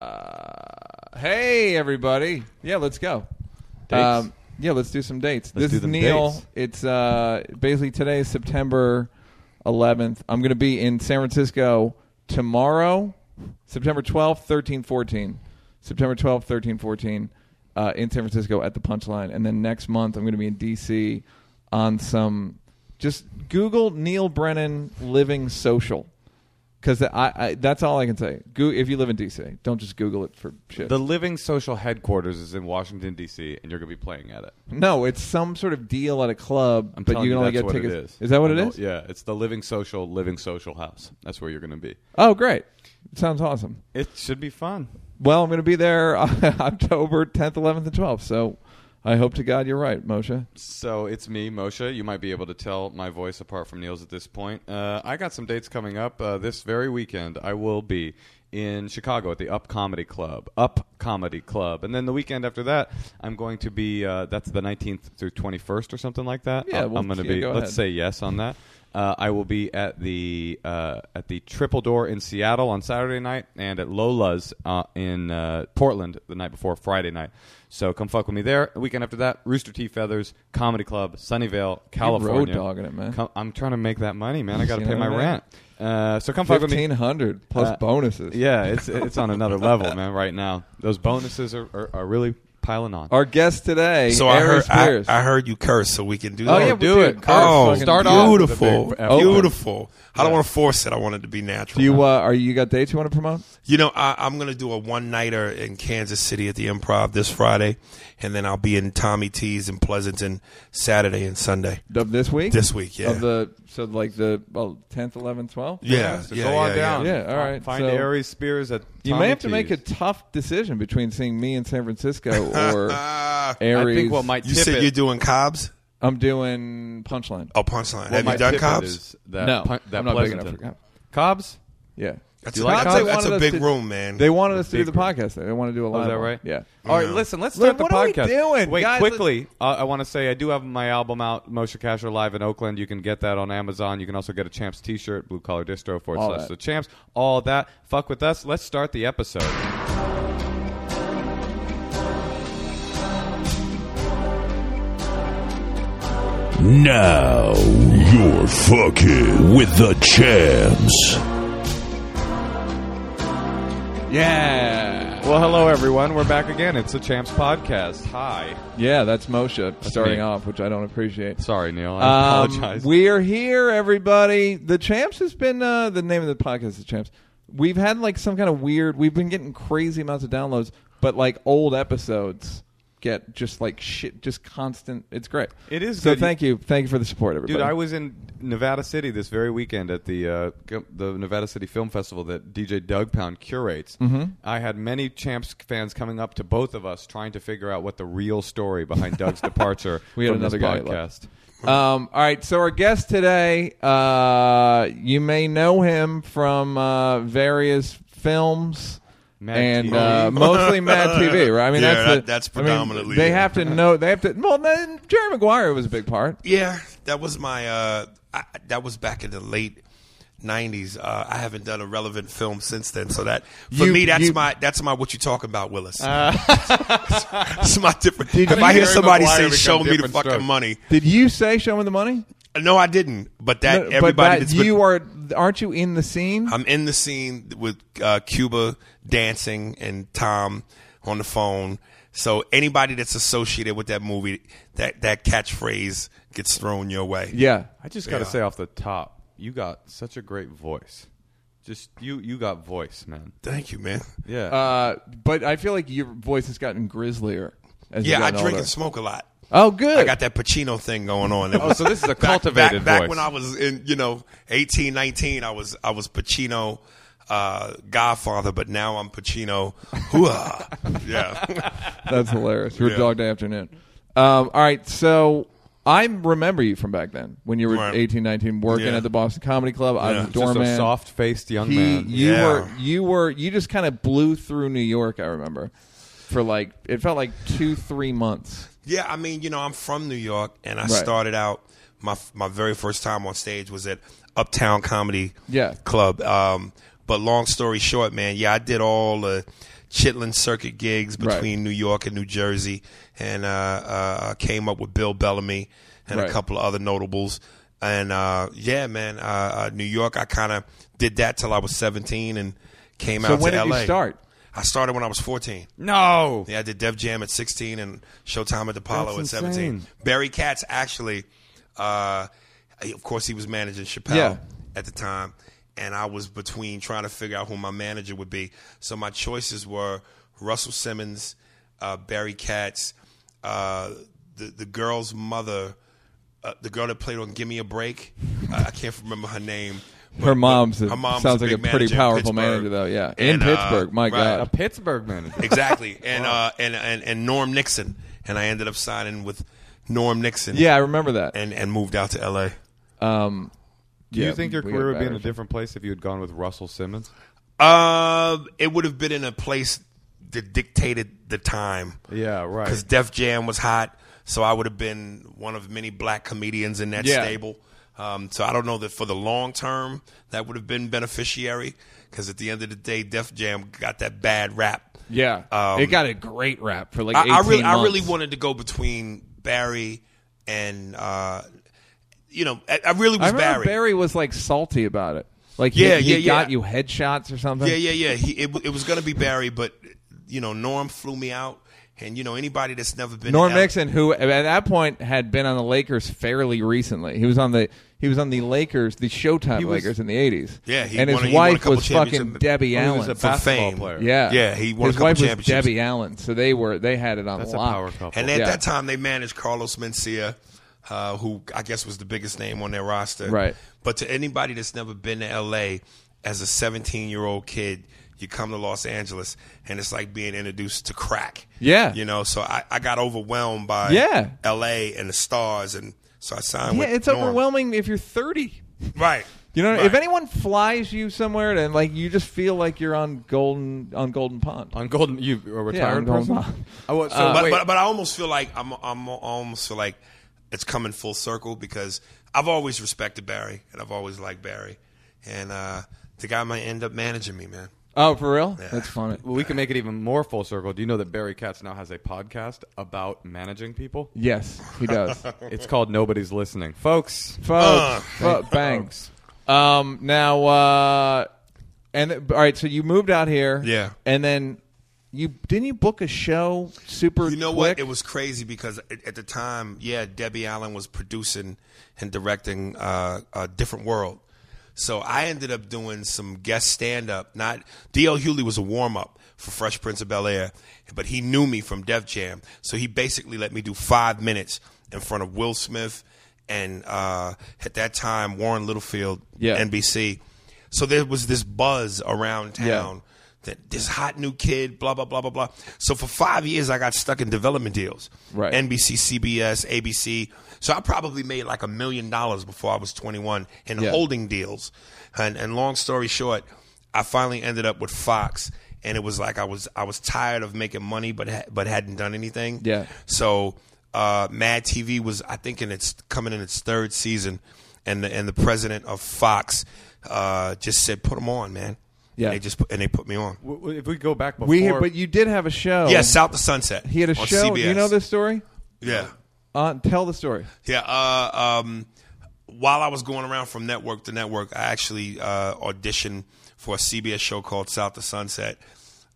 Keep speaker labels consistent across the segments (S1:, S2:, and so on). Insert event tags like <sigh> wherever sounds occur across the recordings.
S1: Uh, Hey, everybody. Yeah, let's go. Um,
S2: Dates?
S1: yeah, let's do some dates.
S2: Let's
S1: this
S2: do
S1: is
S2: them
S1: Neil.
S2: dates.
S1: It's uh, basically today is September 11th. I'm going to be in San Francisco tomorrow, September 12th, 13, 14. September 12th, 13, 14 uh, in San Francisco at the Punchline. And then next month, I'm going to be in D.C. on some. Just Google Neil Brennan Living Social. Because I, I, that's all I can say. Go, if you live in D.C., don't just Google it for shit.
S2: The Living Social headquarters is in Washington D.C., and you're going to be playing at it.
S1: No, it's some sort of deal at a club,
S2: I'm
S1: but
S2: telling
S1: you
S2: you,
S1: can only
S2: that's
S1: get
S2: what
S1: tickets.
S2: it is.
S1: that what
S2: I
S1: it
S2: know-
S1: is?
S2: Yeah, it's the Living Social Living Social House. That's where you're going to be.
S1: Oh, great! Sounds awesome.
S2: It should be fun.
S1: Well, I'm going to be there <laughs> October 10th, 11th, and 12th. So, I hope to God you're right, Moshe.
S2: So it's me, Moshe. You might be able to tell my voice apart from Neil's at this point. Uh, I got some dates coming up uh, this very weekend. I will be in Chicago at the Up Comedy Club. Up Comedy Club, and then the weekend after that, I'm going to be. Uh, that's the 19th through 21st or something like that.
S1: Yeah,
S2: I'm-
S1: well,
S2: I'm going to
S1: yeah,
S2: be.
S1: go
S2: let's
S1: ahead.
S2: say yes on that. Uh, I will be at the uh, at the Triple Door in Seattle on Saturday night, and at Lola's uh, in uh, Portland the night before Friday night. So come fuck with me there. The weekend after that, Rooster Teeth Feathers Comedy Club, Sunnyvale, California.
S1: road dogging it, man.
S2: Come- I'm trying to make that money, man. I got to
S1: You
S2: pay
S1: know
S2: my
S1: that?
S2: rent. Uh, so come fuck with me.
S1: 1500 plus
S2: Uh,
S1: bonuses.
S2: Yeah, it's it's on another level, man. Right now, those bonuses are are, are really piling on.
S1: Our guest today,
S3: So I heard,
S1: Aries
S3: I,
S1: Pierce.
S3: I heard you curse, so we can do
S1: Oh,
S3: that.
S1: yeah,
S2: do
S1: dude,
S2: it.
S1: Curtis
S3: Oh,
S1: fucking-
S2: start off with a
S3: beautiful,
S2: big effort.
S3: beautiful. I don't want to force it. I want it to be natural.
S1: Do you? Uh, are you you got dates you want to promote?
S3: You know, I, I'm going to do a one nighter in Kansas City at the Improv this Friday, and then I'll be in Tommy T's in Pleasanton Saturday and Sunday
S1: Of this week?
S3: this week. Yeah,
S1: Of the so like the well, 10th, 11th, 12th.
S3: yeah,
S2: So
S3: yeah,
S2: go on
S3: yeah,
S2: down.
S3: yeah.
S1: Yeah, all right.
S2: Find
S1: So-
S2: Aries Spears at.
S1: You
S2: Tommy
S1: may have to make a
S2: T's.
S1: tough decision between seeing me in San
S3: <laughs>
S1: Francisco or Aries.
S2: I think what might
S3: You
S2: tip
S3: said
S2: it,
S3: you're doing Cobb's.
S1: I'm doing punchline.
S3: Oh, punchline.
S2: what
S3: Have
S2: might
S3: you done
S2: tip it
S3: Cobb's?
S2: is That
S1: No,
S2: pun- that
S1: I'm not big enough
S2: Pleasanton.
S1: for Cobb.
S2: Cobb's.
S1: Yeah.
S3: That's,
S2: Do
S3: a,
S2: you like
S3: that's,
S2: Cobb's?
S3: a, that's
S1: They
S3: a
S1: wanted
S3: big
S1: us to-
S3: room, man.
S1: They wanted us to do
S2: big
S1: the
S2: room.
S1: podcast. They wanted to do a
S2: Oh,
S1: live.
S2: is that
S1: one.
S2: right?
S1: Yeah.
S2: All right, listen. Let's
S1: Look,
S2: start the
S1: what are we
S2: podcast.
S1: doing,
S2: Wait,
S1: guys?
S2: quickly. Uh, I want to say I do have my album out, Moshe Kasher Live in Oakland. You can get that on Amazon. You can also get a Champs T-shirt, Blue Collar Distro forward
S1: All
S2: slash
S1: that.
S2: the Champs. All that. Fuck with us. Let's start the episode.
S4: Now you're fucking with the champs.
S1: Yeah.
S2: Well, hello everyone. We're back again. It's the Champs podcast. Hi.
S1: Yeah, that's Moshe starting
S2: me.
S1: off, which I don't appreciate.
S2: Sorry, Neil. <laughs> I
S1: Um,
S2: apologize.
S1: we are here, everybody. The Champs has been uh, the name of the podcast. The Champs. We've had like some kind of weird. We've been getting crazy amounts of downloads, but like old episodes get just like shit, just constant. It's great.
S2: It is
S1: So
S2: good.
S1: thank you, thank you for the support, everybody.
S2: Dude, I was in Nevada City this very weekend at the uh, g- the Nevada City Film Festival that DJ Doug Pound curates. Mm-hmm. I had many Champs fans coming up to both of us trying to figure out what the real story behind <laughs> Doug's departure
S1: We had
S2: from this
S1: another guy
S2: podcast.
S1: Um, all right, so our guest today, uh, you may know him from uh, various films
S2: Mad
S1: and
S2: TV.
S1: uh, mostly Mad TV, right? I mean,
S3: <laughs> Yeah,
S1: that's the,
S3: that- that's
S1: I mean,
S3: predominantly
S1: they
S3: it.
S1: have to know. They have to. Well, then Jerry Maguire was a big part.
S3: Yeah, that was my. Uh, I, that was back in the late '90s. Uh, I haven't done a relevant film since then, so that for
S1: You- Uh.
S3: me, that's
S1: you-
S3: my that's my what you talking about, Willis. <laughs> that's my different. If
S2: you-
S3: I hear
S2: Jerry
S3: somebody
S2: Maguire
S3: say,
S2: become
S3: "Show me the
S2: different
S3: fucking
S2: strokes.
S3: money,"
S1: Did you say "Show Me the Money"?
S3: no, I didn't. But that
S1: No,
S3: everybody
S1: but that
S3: that's been-
S1: you are aren't you in the scene?
S3: I'm in the scene with uh, Cuba dancing and Tom on the phone. So anybody that's associated with that movie, that that catchphrase gets thrown your way.
S1: yeah,
S2: I just got to
S3: Yeah.
S2: say off the top, you got such a great voice. Just you, you got voice, man.
S3: Thank you, man.
S2: Yeah.
S1: uh, but I feel like your voice has gotten grislier. As
S3: Yeah,
S1: you've
S3: I
S1: gotten
S3: drink
S1: older.
S3: and smoke a lot.
S1: Oh, good.
S3: I got that Pacino thing going on. It
S2: Oh,
S3: was-
S2: so this is a
S3: <laughs> back-
S2: cultivated
S3: back, back,
S2: voice.
S3: when I was in, you know, 18, 19, I was I was Pacino uh, Godfather, but now I'm Pacino. Hooah. <laughs> yeah.
S1: That's hilarious. Your
S3: Yeah.
S1: dog day afternoon. Um, all right, so I remember you from back then when you were
S3: Right.
S1: eighteen, nineteen, working
S3: Yeah.
S1: at the Boston Comedy Club. I was a
S3: Just
S2: just
S1: doorman.
S2: a soft-faced young
S1: He-
S2: man.
S1: You
S3: Yeah.
S1: were, you were, you just kind of blew through New York. I remember for like it felt like two, three months.
S3: Yeah, I mean, you know, I'm from New York, and I
S1: Right.
S3: started out my my very first time on stage was at Uptown Comedy
S1: Yeah.
S3: Club. Um, but long story short, man, yeah, I did all the chitlin circuit gigs between New York and New Jersey, and uh, uh, came up with Bill Bellamy and
S1: Right.
S3: a couple of other notables. And uh, yeah, man, uh, uh, New York, I kind of did that till I was 17 and came
S1: So
S3: out
S1: when
S3: to
S1: did you
S3: LA.
S1: start?
S3: I started when I was 14.
S2: No.
S3: Yeah, I did Def Jam at 16 and Showtime at the Apollo
S2: That's
S3: at 17.
S2: insane.
S3: Barry Katz actually, uh, he- of course, he was managing Chappelle
S1: Yeah.
S3: at the time, and I was between trying to figure out who my manager would be. So my choices were Russell Simmons, uh, Barry Katz, uh, the the girl's mother, uh, the girl that played on Give Me a Break. Uh, I can't remember her name.
S1: Her mom's a,
S3: her mom was
S1: sounds
S3: a
S1: like a
S3: big
S1: pretty
S3: manager in
S1: powerful
S3: Pittsburgh.
S1: manager though. Yeah, in
S3: And, uh,
S1: Pittsburgh. My
S3: right.
S2: A
S1: God,
S2: Pittsburgh manager.
S3: <laughs> Exactly. And, uh, and and and Norm Nixon. And I ended up signing with Norm Nixon.
S1: yeah, I remember that.
S3: And and moved out to LA.
S1: Um,
S2: Do you think your career would be in a different place if you had gone with Russell Simmons?
S3: Uh, it would have been in a place that dictated the time.
S2: Yeah, right.
S3: Because Def Jam was hot, so I would have been one of many black comedians in that
S1: Yeah.
S3: stable. Um, so I don't know that for the long term that would have been beneficiary. Because at the end of the day, Def Jam got that bad rap.
S1: Yeah,
S3: Um,
S1: it got a great rap for like.
S3: I,
S1: 18
S3: I really, I
S1: months.
S3: really wanted to go between Barry and uh, you know, I, I really
S1: I
S3: was
S1: remember
S3: Barry.
S1: Barry. was like salty about it. Like he,
S3: Yeah,
S1: he
S3: yeah, yeah.
S1: got you headshots or something.
S3: Yeah, yeah, yeah. He, it, it was gonna be Barry, but you know, Norm flew me out, and you know, anybody that's never been
S1: Norm
S3: to L-
S1: Nixon, who at that point had been on the Lakers fairly recently, he was on the he was on the Lakers, the Showtime
S2: was-
S3: Lakers
S1: Lakers in the eighties.
S3: Yeah, he
S1: and
S3: won a-
S1: his
S3: he won a
S1: wife
S3: couple
S1: was fucking
S3: championships.
S1: Debbie
S2: Oh, he was
S1: Allen.
S2: a basketball
S3: fame.
S2: player.
S1: yeah,
S3: Yeah, he won a
S1: His
S3: couple
S1: wife was
S3: championships.
S1: Debbie Allen, so they were they had it on
S2: That's a
S1: lock.
S2: power couple.
S3: and at
S1: Yeah.
S3: that time they managed Carlos Mencia, uh, who I guess was the biggest name on their roster.
S1: Right.
S3: But to anybody that's never been to LA as a 17 year old kid, you come to Los Angeles and it's like being introduced to crack.
S1: Yeah.
S3: You know, so I, I got overwhelmed by
S1: Yeah.
S3: LA and the stars, and so I signed
S1: Yeah,
S3: with
S1: it's
S3: Norm.
S1: overwhelming if you're thirty.
S3: Right.
S1: You know,
S3: Right.
S1: if anyone flies you somewhere, and like you just feel like you're on golden on golden pond.
S2: On Golden, you a retired
S1: on Golden
S2: person.
S1: Mile.
S2: I was, so
S3: but,
S2: wait,
S3: but but I almost feel like I'm I'm I almost feel like it's coming full circle because I've always respected Barry and I've always liked Barry, and uh, the guy might end up managing me, man.
S1: Oh, for real? That's funny.
S2: well, we can make it even more full circle. Do you know that Barry Katz now has a podcast about managing people?
S1: Yes, he
S3: <laughs>
S1: does.
S2: <laughs> It's called Nobody's Listening, folks.
S3: Uh,
S1: folks, fo- bangs. Um, now, uh, and all right, so you moved out here,
S3: Yeah.
S1: and then you didn't you book a show super?
S3: You know
S1: quick?
S3: what? It was crazy because at, at the time, yeah, Debbie Allen was producing and directing uh, a different world. So I ended up doing some guest stand up. Not D.L. Hewley was a warm up for Fresh Prince of Bel Air, but he knew me from Def Jam, so he basically let me do five minutes in front of Will Smith and uh, at that time Warren Littlefield,
S1: Yeah.
S3: NBC. So there was this buzz around town
S1: Yeah.
S3: that this hot new kid, blah blah blah blah blah. So for five years, I got stuck in development deals,
S1: Right.
S3: NBC, CBS, ABC. So I probably made like a million dollars before I was 21 in
S1: Yeah.
S3: holding deals. And, and long story short, I finally ended up with Fox, and it was like I was I was tired of making money, but ha- but hadn't done anything.
S1: Yeah.
S3: So uh, Mad TV was, I think, in its coming in its third season, and the, and the president of Fox uh, just said, "Put them on, man."
S1: Yeah.
S3: And they just put, and they put me on.
S2: W- w- If we go back before,
S1: we, had, but you did have a show.
S3: Yeah, South to Sunset.
S1: he had a
S3: on
S1: show.
S3: CBS.
S1: You know this story?
S3: Yeah.
S1: Uh, tell the story.
S3: Yeah. Uh, um, while I was going around from network to network, I actually uh, auditioned for a CBS show called South to Sunset,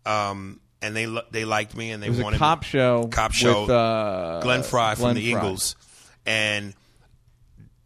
S3: um, and they lo- they liked me and they
S1: It was
S3: wanted
S1: a cop
S3: me.
S1: show.
S3: Cop show.
S1: With, uh,
S3: Glenn Fry from
S1: Glenn
S3: the
S1: Fry.
S3: Eagles, and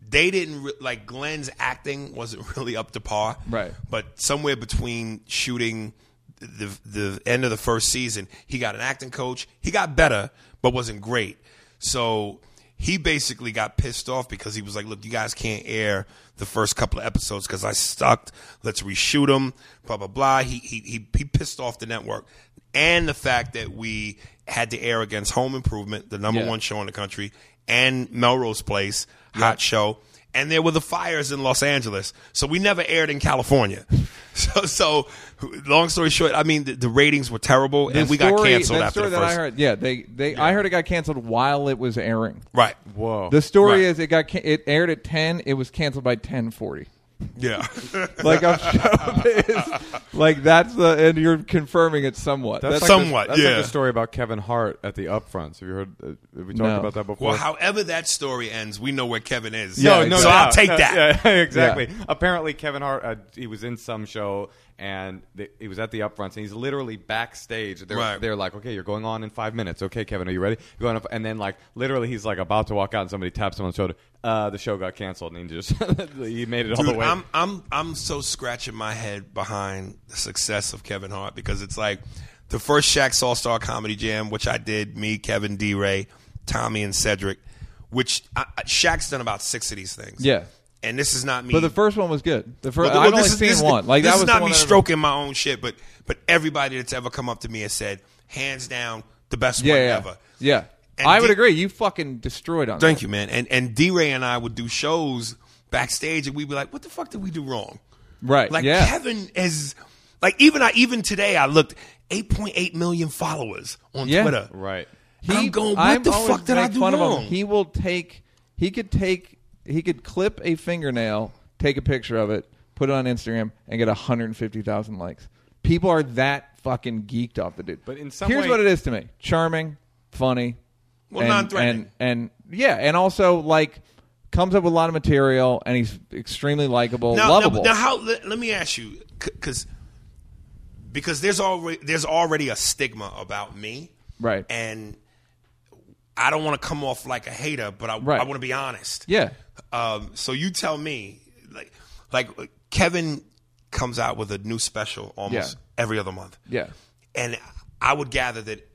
S3: they didn't re- like Glenn's acting wasn't <laughs> really up to par,
S1: Right.
S3: But somewhere between shooting the the end of the first season, he got an acting coach. He got better, but wasn't great. So he basically got pissed off because he was like, "Look, you guys can't air the first couple of episodes because I sucked. Let's reshoot them." Blah blah blah. He he he, he pissed off the network and the fact that we had to air against Home Improvement, the number
S1: Yeah.
S3: one show in the country, and Melrose Place, hot show. And there were the fires in Los Angeles, so we never aired in California. <laughs> So, so long story short, I mean the, the ratings were terrible, and
S1: The
S3: we got
S1: story-
S3: canceled
S1: that
S3: after
S1: story
S3: the
S1: that
S3: first.
S1: I heard. Yeah, they they I heard it got canceled while it was airing.
S3: Right.
S2: whoa,
S1: The story
S3: Right.
S1: is it got ca- it aired at ten. It was canceled by ten forty.
S3: Yeah. <laughs>
S1: Like I'm so pissed. Like that's the and you're confirming it somewhat. That's,
S2: like the-
S3: Somewhat,
S2: that's
S3: yeah.
S2: Like the story about Kevin Hart at the upfronts. Have you heard? Uh, have we talked
S1: No.
S2: about that before?
S3: well, however that story ends, we know where Kevin is.
S1: Yeah,
S3: so
S1: no
S3: I'll
S2: doubt.
S3: take
S2: No, <laughs>
S3: that.
S2: yeah, exactly. Apparently, Kevin Hart, uh, he was in some show and the, he was at the upfronts, and he's literally backstage. They're,
S3: Right.
S2: they're like, "Okay, you're going on in five minutes. Okay, Kevin, are you ready?" You're going up, and then like literally, he's like about to walk out, and somebody taps him on the shoulder. Uh, the show got canceled, and he just <laughs> he made it all
S3: Dude,
S2: the way.
S3: I'm I'm I'm so scratching my head behind the success of Kevin Hart because it's like the first Shaq's All Star Comedy Jam, which I did, me, Kevin D. Ray, Tommy, and Cedric, which I, I- Shaq's done about six of these things.
S1: Yeah.
S3: and this is not me.
S1: But the first one was good. The first
S3: Well, well,
S1: I've only
S3: this is-
S1: seen
S3: this is-
S1: one. Like
S3: this
S1: that
S3: is
S1: was the
S3: not
S1: one
S3: me
S1: I remember.
S3: stroking my own shit, but but everybody that's ever come up to me and said, hands down, the best
S1: Yeah,
S3: one
S1: yeah,
S3: ever.
S1: yeah.
S3: And
S1: I would
S3: did-
S1: agree. You fucking destroyed on
S3: Thank you, man. And and D Ray and I would do shows backstage, and we'd be like, "What the fuck did we do wrong?"
S1: that. right?
S3: Like
S1: yeah,
S3: Kevin is like even I even today I looked 8.8 million followers on
S1: Yeah.
S3: Twitter.
S2: right.
S3: I'm going, what
S1: I'm
S3: the
S1: always
S3: fuck did I
S1: make
S3: do
S1: fun of him.
S3: wrong?
S1: He will take. He could take. He could clip a fingernail, take a picture of it, put it on Instagram, and get 150,000 likes. People are that fucking geeked off the dude.
S2: But in some
S1: here's
S2: way-
S1: what it is to me: charming, funny,
S3: Well,
S1: and-
S3: non-threatening.
S1: and, and yeah, and also like comes up with a lot of material, and he's extremely likable,
S3: Now, now,
S1: lovable.
S3: now how let, let me ask you cuz because there's already there's already a stigma about me.
S1: Right.
S3: And I don't want to come off like a hater, but I
S1: Right.
S3: I want to be honest.
S1: yeah,
S3: Um, so you tell me, like, like Kevin comes out with a new special almost
S1: Yeah.
S3: every other month.
S1: Yeah.
S3: and I would gather that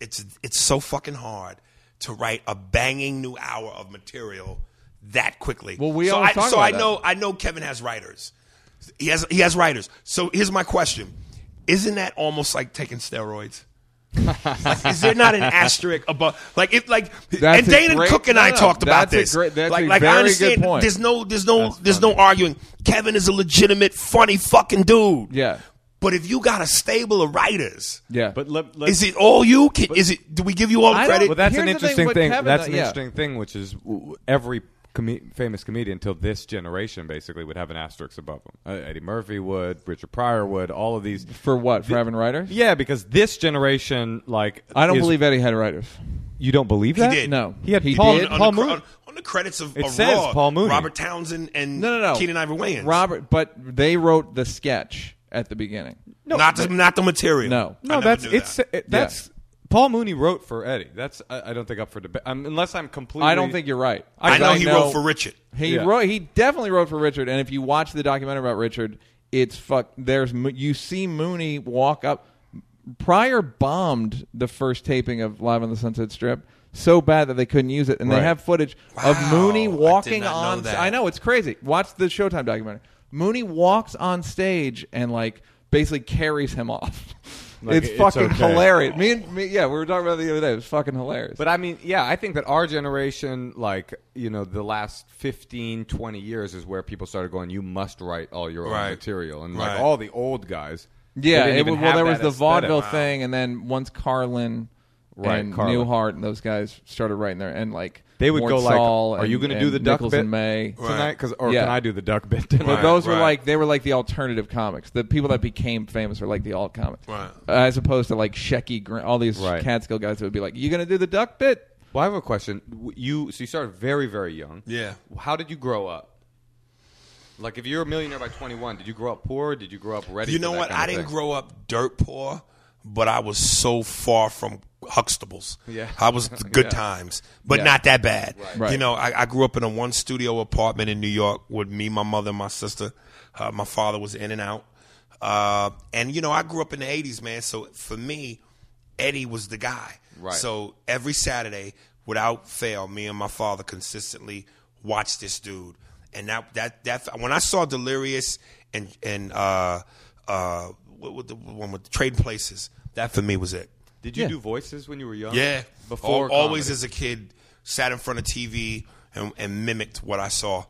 S3: it's it's so fucking hard to write a banging new hour of material that quickly.
S1: Well, we
S3: so
S1: always
S3: I,
S1: talk
S3: so
S1: about
S3: I
S1: that.
S3: know I know Kevin has writers. He has he has writers. So here's my question: Isn't that almost like taking steroids? like, is
S1: <laughs>
S3: there not an asterisk above? Like, it, like,
S1: That's
S3: and
S1: a
S3: Dana
S1: great-
S3: Cook and
S1: no,
S3: I
S1: no,
S3: talked about
S1: that's a
S3: this.
S1: great- that's
S3: like,
S1: a
S3: like
S1: very
S3: I
S1: good
S3: understand.
S1: point.
S3: There's no, there's no, there's no arguing. Kevin is a legitimate, funny fucking dude.
S1: Yeah.
S3: But if you got a stable of writers,
S1: yeah.
S2: But let, let's,
S3: is it all you? Can, is it? Do we give you all
S1: I
S3: the
S1: don't-
S3: credit?
S2: Well, that's
S1: Here's the
S2: an
S1: thing
S2: interesting
S1: with
S2: thing.
S1: Kevin,
S2: that's
S1: though,
S2: an
S1: yeah.
S2: interesting thing, which is w- every com- famous comedian till this generation basically would have an asterisk above them. Uh, Eddie Murphy would, Richard Pryor would, all of these.
S1: for what? For having writers?
S2: Yeah, because this generation, like,
S1: I don't
S2: is-
S1: believe Eddie had writers.
S2: you don't believe that.
S3: did.
S1: No,
S2: He had
S1: he
S2: Paul-
S1: did.
S3: on, the, cr- on, on the credits of,
S2: It
S3: of
S2: says
S3: Raw,
S2: Paul Mooney.
S3: Robert Townsend, and
S1: No, no, no.
S3: Keenan Ivory Wayans.
S1: Robert, but they wrote the sketch at the beginning.
S3: not the, not the material.
S1: No.
S3: I
S2: No,
S3: never
S2: that's
S3: knew
S2: it's
S3: that.
S2: it- that's Paul Mooney wrote for Eddie. That's I, I don't think up for debate um, unless I'm completely.
S1: I don't think you're right.
S3: I know he wrote for Richard.
S1: He
S2: Yeah.
S1: wrote. He definitely wrote for Richard. And if you watch the documentary about Richard, it's fuck. There's Mo- you see Mooney walk up. Pryor bombed the first taping of Live on the Sunset Strip so bad that they couldn't use it, and they
S2: Right.
S1: have footage of
S3: Wow, I
S1: Mooney
S3: did
S1: walking
S3: not know
S1: on.
S3: that.
S1: I know it's crazy. Watch the Showtime documentary. Mooney walks on stage and like basically carries him off.
S2: Like,
S1: it's
S2: it's
S1: fucking
S2: okay.
S1: hilarious. Me and me, yeah, we were talking about it the other day. It was fucking hilarious.
S2: But I mean, yeah, I think that our generation, like, you know, the last 15, 20 years is where people started going, you must write all your
S3: Right.
S2: own material. And,
S3: Right.
S2: like, all the old guys. they
S1: Yeah,
S2: didn't
S1: it,
S2: even
S1: was- well,
S2: have
S1: there was
S2: that
S1: the
S2: aesthetic.
S1: vaudeville thing, and then once Carlin
S2: Right,
S1: and
S2: Carlin.
S1: Newhart and those guys started writing there, and like
S2: They would
S1: Mort
S2: go, like,
S1: Saul
S2: are you
S1: and-
S2: going to do
S1: and
S2: the duck
S1: Nichols
S2: bit
S1: and May?
S2: tonight? 'Cause- or
S1: Yeah.
S2: can I do the duck bit tonight?
S1: But
S3: Right,
S1: those were
S3: right.
S1: like they were like the alternative comics, the people that became famous were like the alt comics,
S3: Right.
S1: as opposed to like Shecky, Gr- all these
S2: Right.
S1: Catskill guys that would be like, "You going to do the duck bit?"
S2: Well, I have a question. W- You so you started very very young.
S3: Yeah.
S2: How did you grow up? Like, if you're a millionaire by 21, did you grow up poor? Or did you grow up ready?
S3: You
S2: for
S3: know
S2: that
S3: what?
S2: kind
S3: I
S2: of
S3: didn't
S2: thing?
S3: grow up dirt poor, but I was so far from Huxtables.
S2: <laughs> Yeah.
S3: I was the good times, but
S1: Yeah.
S3: not that bad.
S1: Right.
S3: You know, I, I grew up in a one studio apartment in New York with me, my mother, and my sister. Uh, my father was in and out. Uh, and, you know, I grew up in the 80s, man. So for me, Eddie was the guy.
S2: Right.
S3: So every Saturday, without fail, me and my father consistently watched this dude. And that that that when I saw Delirious and and uh uh what, what the one with Trading Places, that for me was it.
S2: Did you
S1: Yeah.
S2: do voices when you were young?
S3: Yeah.
S2: Before
S3: Al- always
S2: comedy?
S3: as a kid, sat in front of TV and, and mimicked what I saw.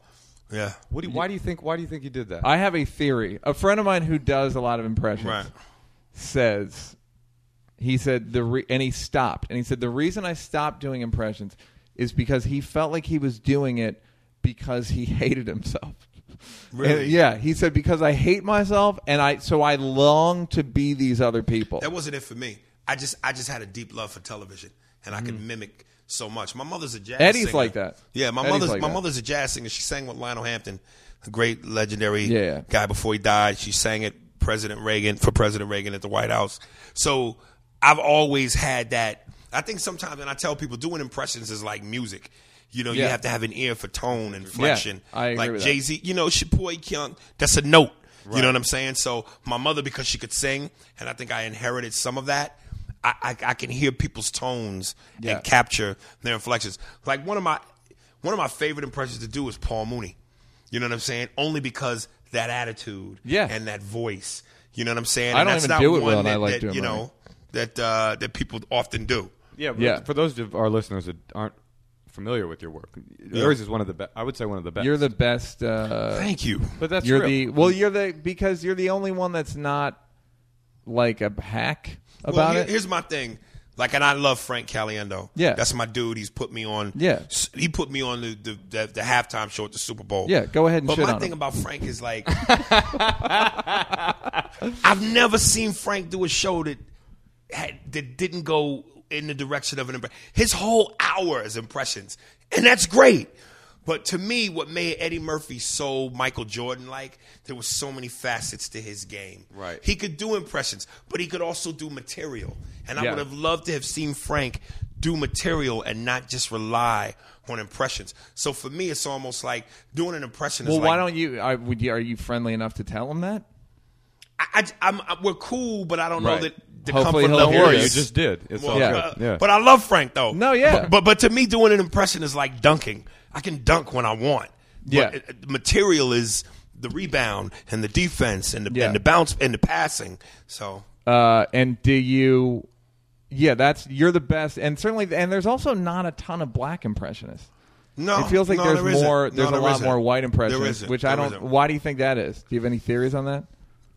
S3: Yeah.
S2: What do you, why do you think? Why do you think you did that?
S1: I have a theory. A friend of mine who does a lot of impressions
S3: Right.
S1: says he said the re- and he stopped and he said the reason I stopped doing impressions is because he felt like he was doing it because he <laughs> hated himself.
S3: Really?
S1: And, yeah, he said because I hate myself and I so I long to be these other people.
S3: That wasn't it for me. I just I just had a deep love for television, and I could mimic so much. My mother's a jazz.
S1: Mm. Eddie's
S3: singer.
S1: like that.
S3: Yeah, my
S1: Eddie's
S3: mother's
S1: like
S3: my
S1: that.
S3: mother's a jazz singer. She sang with Lionel Hampton, a great legendary
S1: Yeah.
S3: guy before he died. She sang it President Reagan for President Reagan at the White House. So I've always had that. I think sometimes, and I tell people, doing impressions is like music. You know, you
S1: Yeah.
S3: have to have an ear for tone and inflection.
S1: I agree
S3: like
S1: with that.
S3: Jay Z, you know, Shapoy Kyung, that's a note. You know what I'm saying? So my mother, because she could sing, and I think I inherited some of that. I, I, I can hear people's tones
S1: Yeah.
S3: and capture their inflections. Like one of my one of my favorite impressions to do is Paul Mooney. You know what I'm saying? Only because that attitude
S1: Yeah.
S3: and that voice. You know what I'm saying?
S1: I
S3: And
S1: don't
S3: that's
S1: even
S3: not
S1: do it
S3: one
S1: well, and
S3: that,
S1: I like
S3: that,
S1: doing
S3: you
S1: mine.
S3: know that uh, that people often do.
S2: Yeah, but
S1: Yeah.
S2: for those of our listeners that aren't familiar with your work, yours is one of the best. I would say one of the best.
S1: You're the best. Uh,
S3: Thank you.
S2: but that's
S1: you're
S2: real.
S1: the well. You're the because you're the only one that's not like a hack about
S3: here-
S1: it.
S3: Here's my thing. Like, and I love Frank Caliendo.
S1: Yeah.
S3: that's my dude. He's put me on.
S1: Yeah.
S3: s- he put me on the the, the, the halftime show at the Super Bowl.
S1: Yeah, go ahead and
S3: But
S1: shit
S3: my
S1: on
S3: thing
S1: him.
S3: about Frank
S1: <laughs>
S3: is like, I've never seen Frank do a show that had, that didn't go in the direction of an impression. His whole hour is impressions, and that's great. But to me, what made Eddie Murphy so Michael Jordan like, there was so many facets to his game.
S2: Right.
S3: He could do impressions, but he could also do material. And I
S1: Yeah.
S3: would have loved to have seen Frank do material and not just rely on impressions. So for me, it's almost like doing an impression.
S1: well,
S3: is like,
S1: why don't you? I, would you? Are you friendly enough to tell him that?
S3: I, I, am we're cool, but I don't
S2: Right.
S3: know that the
S1: Hopefully
S3: comfort
S1: he'll
S3: level.
S1: hear
S2: Here,
S1: you.
S2: you
S3: is-
S2: just did. It's
S3: Well,
S2: all good.
S3: uh,
S2: yeah.
S3: But I love Frank though.
S1: No, yeah.
S3: But, but but to me, doing an impression is like dunking. I can dunk when I want. But
S1: Yeah.
S3: it- it- material is the rebound and the defense and the,
S1: Yeah.
S3: and the bounce and the passing. So
S1: Uh, and do you? Yeah, that's you're the best, and certainly, and there's also not a ton of black impressionists.
S3: no,
S1: it feels like
S3: no,
S1: there's
S3: there isn't.
S1: more.
S3: No,
S1: There's
S3: there
S1: a lot
S3: isn't.
S1: more white impressions,
S3: There isn't.
S1: which I
S3: There
S1: don't.
S3: isn't.
S1: Why do you think that is? Do you have any theories on that?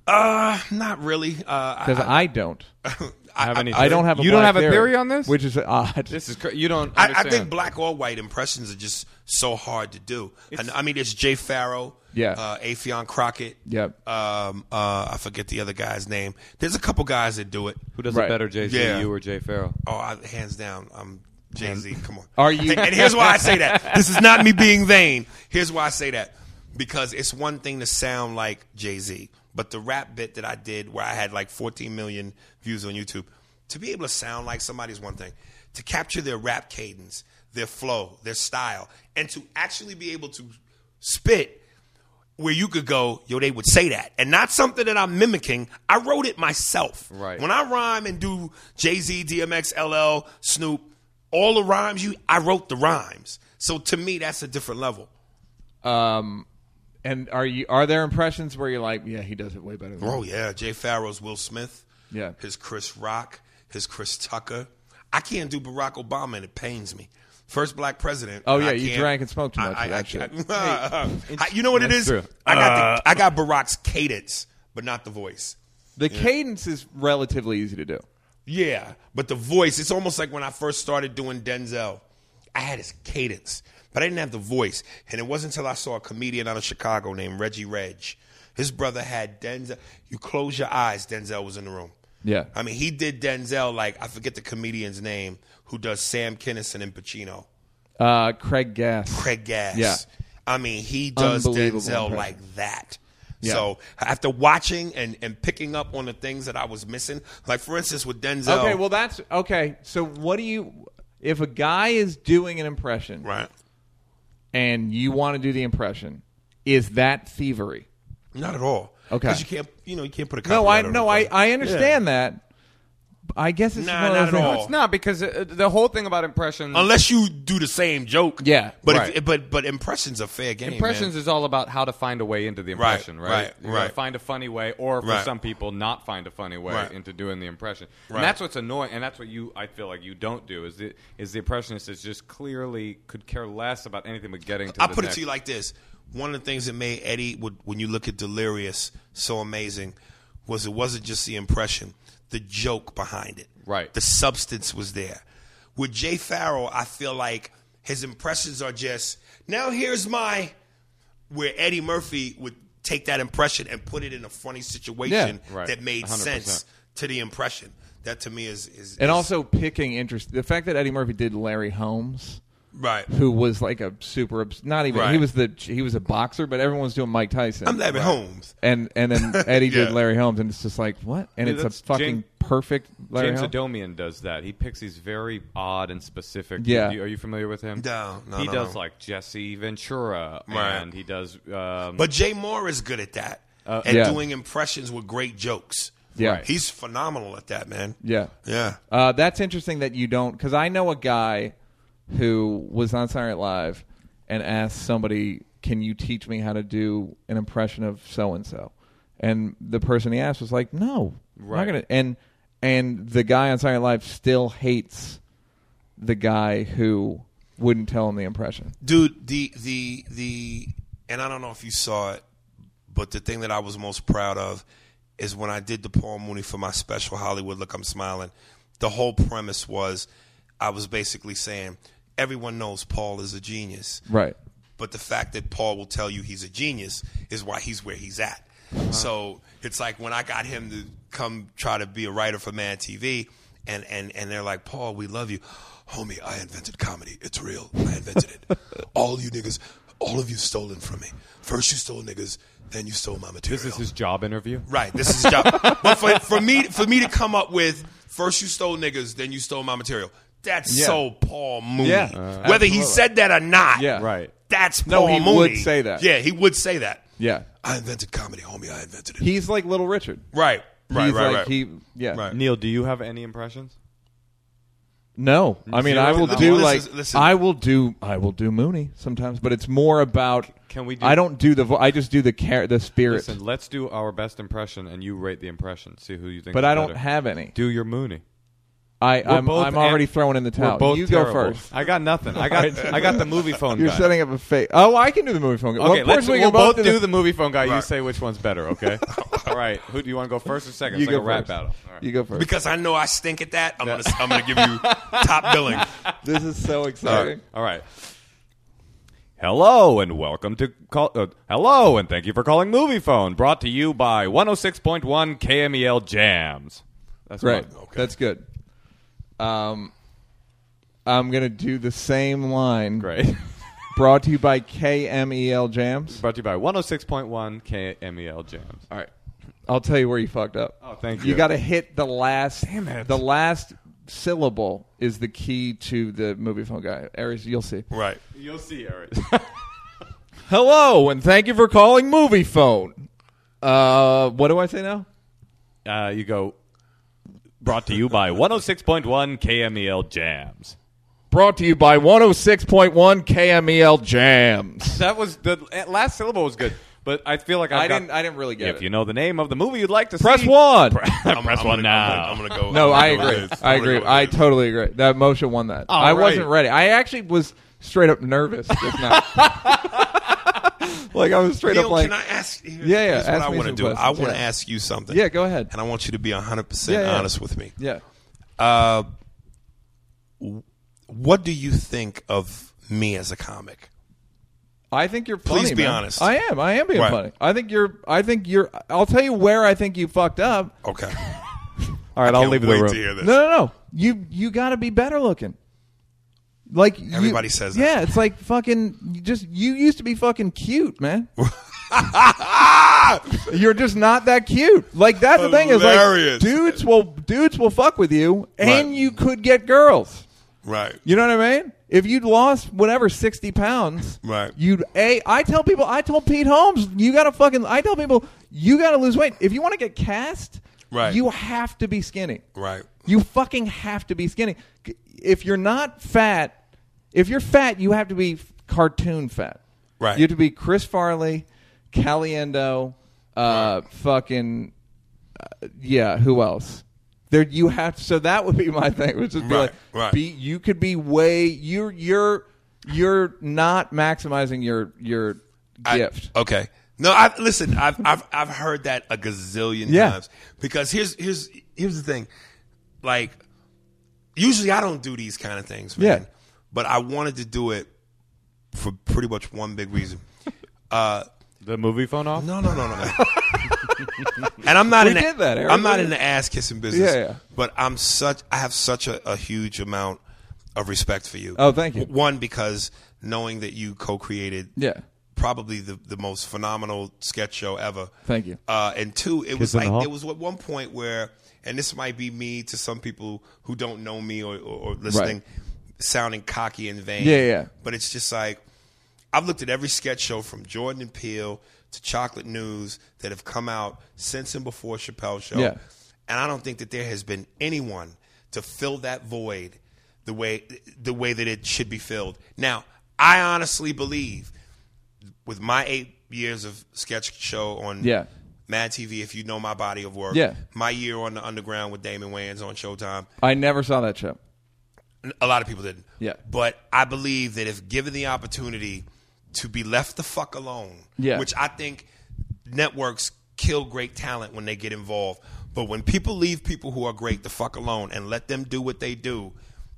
S3: Uh, not really. Uh, I,
S1: Because I,
S3: <laughs>
S1: don't.
S3: I,
S2: have any
S1: I don't have. A
S2: You don't
S1: black
S2: have a theory on this?
S1: which is odd.
S2: this is cra- you don't.
S3: I, I
S2: understand.
S3: think black or white impressions are just so hard to do. And, I mean, it's Jay Farrow,
S1: Yeah.
S3: uh, Afion Crockett,
S1: Yep.
S3: um, uh, I forget the other guy's name. There's a couple guys that do it.
S2: who does
S1: Right.
S2: it better, Jay Z,
S3: Yeah.
S2: you or Jay Farrell?
S3: Oh, I, hands down, I'm Jay Z. Come on.
S1: Are you-
S3: And, and here's why I say
S1: <laughs>
S3: that. This is not me being vain. Here's why I say that because it's one thing to sound like Jay Z, but the rap bit that I did where I had like 14 million views on YouTube, to be able to sound like somebody is one thing. To capture their rap cadence, their flow, their style, and to actually be able to spit where you could go, yo, they would say that. And not something that I'm mimicking. I wrote it myself.
S2: Right.
S3: When I rhyme and do Jay Z, DMX, LL, Snoop, all the rhymes you I wrote the rhymes. So to me that's a different level.
S1: um, and are you? Are there impressions where you're like, yeah, he does it way better than
S3: Oh yeah, Jay Farrow's Will Smith.
S1: Yeah.
S3: His Chris Rock, his Chris Tucker. I can't do Barack Obama and it pains me. First black president.
S1: Oh, yeah,
S3: I
S1: you
S3: can't-
S1: drank and smoked too much
S3: I,
S1: of
S3: I, I
S1: that shit.
S3: can't- <laughs> I- you know what it
S2: that's
S3: is?
S2: true.
S3: I
S1: Uh.
S3: got the, I got Barack's cadence, but not the voice.
S1: The cadence is relatively easy to do.
S3: Yeah, but the voice, it's almost like when I first started doing Denzel. I had his cadence, but I didn't have the voice. And it wasn't until I saw a comedian out of Chicago named Reggie Reg. His brother had Denzel. You close your eyes, Denzel was in the room.
S1: Yeah.
S3: I mean, he did Denzel like, I forget the comedian's name, who does Sam Kinison and Pacino.
S1: Uh, Craig Gass.
S3: Craig Gass.
S1: Yeah.
S3: I mean, he does
S1: Unbelievable
S3: Denzel
S1: impression.
S3: like that.
S1: Yeah.
S3: So after watching and, and picking up on the things that I was missing, like for instance with Denzel.
S1: Okay, well that's okay. So what do you? If a guy is doing an impression
S3: right.
S1: and you want to do the impression, is that thievery?
S3: Not at all.
S1: Okay.
S3: Because you can't, you know, you can't put a
S1: No, I
S3: copyright on
S1: no,
S3: it.
S1: I, I understand that. I guess it's
S3: Nah,
S1: one of
S3: not
S1: those
S3: at
S1: things-
S3: all.
S2: It's not because uh, the whole thing about impressions.
S3: unless you do the same joke.
S1: Yeah,
S3: but
S2: right.
S3: if, but but impressions are fair game.
S2: Impressions
S3: man.
S2: is all about how to find a way into the
S3: Right,
S2: impression, right?
S3: right,
S2: You gotta
S3: right.
S2: Find a funny way, or for
S3: Right.
S2: some people, not find a funny way
S3: Right.
S2: into doing the impression.
S3: Right.
S2: And that's what's annoying, and that's what you, I feel like you don't do is the is the impressionist is just clearly could care less about anything but getting to.
S3: I'll
S2: the
S3: put it
S2: next-
S3: to you like this: one of the things that made Eddie, would, when you look at Delirious, so amazing, was it wasn't just the impression, the joke behind it.
S2: Right.
S3: The substance was there. With Jay Farrell, I feel like his impressions are just now. Here's my where Eddie Murphy would take that impression and put it in a funny situation
S1: Yeah,
S2: right.
S3: that made
S2: 100%.
S3: sense to the impression. That to me is is
S1: and
S3: is-
S1: also picking interest. The fact that Eddie Murphy did Larry Holmes,
S3: right.
S1: who was like a super obs- not even he
S3: Right.
S1: was the he was a boxer, but everyone was doing Mike Tyson.
S3: I'm Larry Holmes.
S1: and and
S3: <laughs>
S1: then Eddie did
S3: Yeah.
S1: Larry Holmes, and it's just like what? And
S2: Dude,
S1: it's
S2: that's
S1: a fucking
S2: Jane-
S1: perfect Larry
S2: James
S1: Holmes.
S2: Adomian does that. He picks these very odd and specific.
S1: Yeah.
S2: do you- are you familiar with him?
S3: No, no,
S2: He
S3: no,
S2: does
S3: no.
S2: like Jesse Ventura,
S3: Right.
S2: and he does. Um,
S3: But Jay Moore is good at that and
S1: Uh, Yeah.
S3: doing impressions with great jokes.
S1: Yeah,
S2: Right.
S3: He's phenomenal at that, man.
S1: yeah.
S3: Yeah.
S1: Uh, that's interesting that you don't, because I know a guy who was on Saturday Night Live and asked somebody, "Can you teach me how to do an impression of so and so?" And the person he asked was like, "No, I'm not
S2: Right.
S1: gonna." And and the guy on Saturday Night Live still hates the guy who wouldn't tell him the impression.
S3: dude the the the and i don't know if you saw it but the thing that i was most proud of is when i did the paul mooney for my special hollywood look i'm smiling the whole premise was i was basically saying everyone knows paul is a genius
S1: Right.
S3: but the fact that Paul will tell you he's a genius is why he's where he's at. So it's like when I got him to come try to be a writer for Mad TV, and and and they're like, Paul, we love you, homie. I invented comedy. It's real. I invented
S1: <laughs>
S3: it. all you niggas, all of you stolen from me. First you stole niggas, then you stole my material.
S2: this is his job interview.
S3: Right. This is
S1: <laughs>
S3: a job. but for, for me, for me to come up with first you stole niggas, then you stole my material. That's
S1: Yeah.
S3: so Paul Mooney.
S1: Yeah,
S3: Whether he
S1: absolutely.
S3: said that or not,
S1: Yeah.
S2: Right.
S3: That's
S1: No,
S3: Paul
S1: he
S3: Mooney.
S1: would say that.
S3: Yeah, he would say that.
S1: Yeah.
S3: I invented comedy, homie. I invented it.
S1: He's like Little Richard.
S3: right. Right.
S1: He's
S3: right.
S1: like
S3: right.
S1: he yeah.
S3: Right.
S2: Neil, do you have any impressions?
S1: No, I mean
S2: Zero?
S1: I will
S2: No.
S1: do
S3: Listen,
S1: like
S3: listen.
S1: I will do I will do Mooney sometimes, but it's more about
S2: Can we do-
S1: I don't do the vo- I just do the char- the spirit,
S2: Listen, let's do our best impression, and you rate the impression. See who you think.
S1: but
S2: is
S1: I don't
S2: better.
S1: have any.
S2: Do your Mooney.
S1: I
S2: We're
S1: I'm,
S2: both
S1: I'm already
S2: an-
S1: throwing in the
S2: We're
S1: towel.
S2: both
S1: you
S2: terrible.
S1: go first.
S2: I got nothing. I
S1: <laughs>
S2: got I got the movie phone
S1: You're
S2: guy.
S1: setting up a fake. Oh, I can do the movie phone. guy.
S2: okay,
S1: well, of
S2: let's
S1: course we
S2: we'll
S1: can
S2: both
S1: do
S2: do the movie phone guy. You
S3: Right.
S2: say which one's better,
S1: <laughs>
S2: okay? All right. Who do you want to go first or second?
S1: You
S2: it's like
S1: go
S2: a rap
S1: first.
S2: battle. All
S1: <laughs>
S2: right.
S1: You go first.
S3: because I know I stink at that. I'm gonna I'm gonna give you
S1: <laughs>
S3: top billing.
S1: this is so
S2: <laughs> All
S1: exciting.
S2: right. All right. Hello and welcome to call. Uh, hello and thank you for calling Movie Phone. Brought to you by 106.1 KMEL E Jams. That's
S1: Right.
S2: mine.
S1: That's good. Um, I'm gonna do the same line.
S2: Great. <laughs>
S1: Brought to you by KMEL Jams.
S2: Brought to you by 106.1 KMEL E Jams.
S1: All right. I'll tell you where you fucked up.
S2: Oh, thank
S1: You
S2: you.
S1: got to hit the last.
S2: Damn it.
S1: The last syllable is the key to the movie phone guy. Aries, you'll see.
S3: Right.
S2: You'll see, Eric.
S1: Hello, and thank you for calling Movie Phone. Uh, what do I say now?
S2: <laughs> uh, you go. Brought to you by 106.1 KMEL E Jams.
S1: Brought to you by 106.1 KMEL E Jams.
S2: That was the eh, last syllable was good, but I feel like I've
S1: I
S2: got-
S1: didn't. I didn't really get
S2: If
S1: it.
S2: you know the name of the movie you'd like to
S1: Press
S2: see,
S1: one.
S3: I'm,
S2: press
S3: I'm
S2: one
S3: gonna,
S2: now.
S3: I'm gonna, I'm gonna go.
S1: No, I
S3: I'm gonna go
S1: agree.
S3: with this.
S1: I
S3: I'm gonna
S1: agree.
S3: go with
S1: I
S3: this.
S1: totally agree. That Moshe won that.
S2: All
S1: I
S2: right.
S1: wasn't ready. I actually was straight up nervous just <laughs> now. like I was straight
S3: Neil,
S1: up like,
S3: can I ask? Here's,
S1: Yeah, yeah,
S3: Here's
S1: ask
S3: what I
S1: me
S3: want to
S1: some
S3: do. I
S1: questions,
S3: want to
S1: yeah.
S3: ask you something.
S1: yeah, go ahead.
S3: And I want you to be 100
S1: Yeah,
S3: percent
S1: yeah.
S3: honest with me.
S1: Yeah.
S3: Uh, what do you think of me as a comic?
S1: I think you're funny.
S3: Please be
S1: man.
S3: honest.
S1: I am. I am being
S3: Right.
S1: funny. I think you're. I think you're. I'll tell you where I think you fucked up.
S3: Okay.
S2: All right, I'll leave the
S3: wait
S2: room.
S3: to hear this.
S1: No, no, no. You you got to be better looking. Like you-
S3: Everybody says that.
S1: Yeah, it's like fucking. You just you used to be fucking cute,
S3: <laughs>
S1: man. You're just not that cute. Like that's the
S3: Hilarious.
S1: thing is like dudes will dudes will fuck with you, and
S3: Right.
S1: you could get girls.
S3: Right.
S1: You know what I mean? If you'd lost whatever sixty pounds,
S3: Right.
S1: You'd a. I tell people. I told Pete Holmes, you got to fucking. I tell people, you got to lose weight if you want to get cast.
S3: Right.
S1: You have to be skinny.
S3: Right.
S1: You fucking have to be skinny. C- If you're not fat, if you're fat, you have to be f- cartoon fat.
S3: Right.
S1: You have to be Chris Farley, Caliendo, uh, fucking, uh, yeah. Who else? There you have. So that would be my thing. Which is be
S3: Right,
S1: like,
S3: right.
S1: be you could be way you're you're you're not maximizing your your
S3: I-
S1: gift.
S3: Okay. No, I listen. I've I've I've heard that a gazillion
S1: Yeah.
S3: times because here's here's here's the thing. Like, usually I don't do these kind of things, man.
S1: Yeah.
S3: But I wanted to do it for pretty much one big reason. Uh,
S2: The movie phone off?
S3: no, no, no, no. no. <laughs> and I'm not
S1: We
S3: in the,
S1: did that, Eric.
S3: I'm not
S1: We-
S3: in the ass kissing business.
S1: Yeah, yeah.
S3: But I'm such. I have such a, a huge amount of respect for you.
S1: Oh, thank you.
S3: One because knowing that you co-created.
S1: Yeah.
S3: Probably the, the most phenomenal sketch show ever.
S1: Thank you.
S3: Uh, and two, it was
S2: in the
S3: like
S2: Hall?
S3: it was at one point where, and this might be me to some people who don't know me or, or, or listening, sounding cocky and vain.
S1: Yeah, yeah.
S3: But it's just like I've looked at every sketch show from Jordan and Peele to Chocolate News that have come out since and before Chappelle's show,
S1: Yeah.
S3: and I don't think that there has been anyone to fill that void the way the way that it should be filled. Now, I honestly believe with my eight years of sketch show on
S1: Yeah.
S3: Mad TV, if you know my body of work,
S1: Yeah.
S3: my year on the underground with Damon Wayans on Showtime,
S1: I never saw that show.
S3: a lot of people didn't.
S1: Yeah.
S3: But I believe that if given the opportunity to be left the fuck alone,
S1: Yeah.
S3: which I think networks kill great talent when they get involved. But when people leave people who are great the fuck alone and let them do what they do,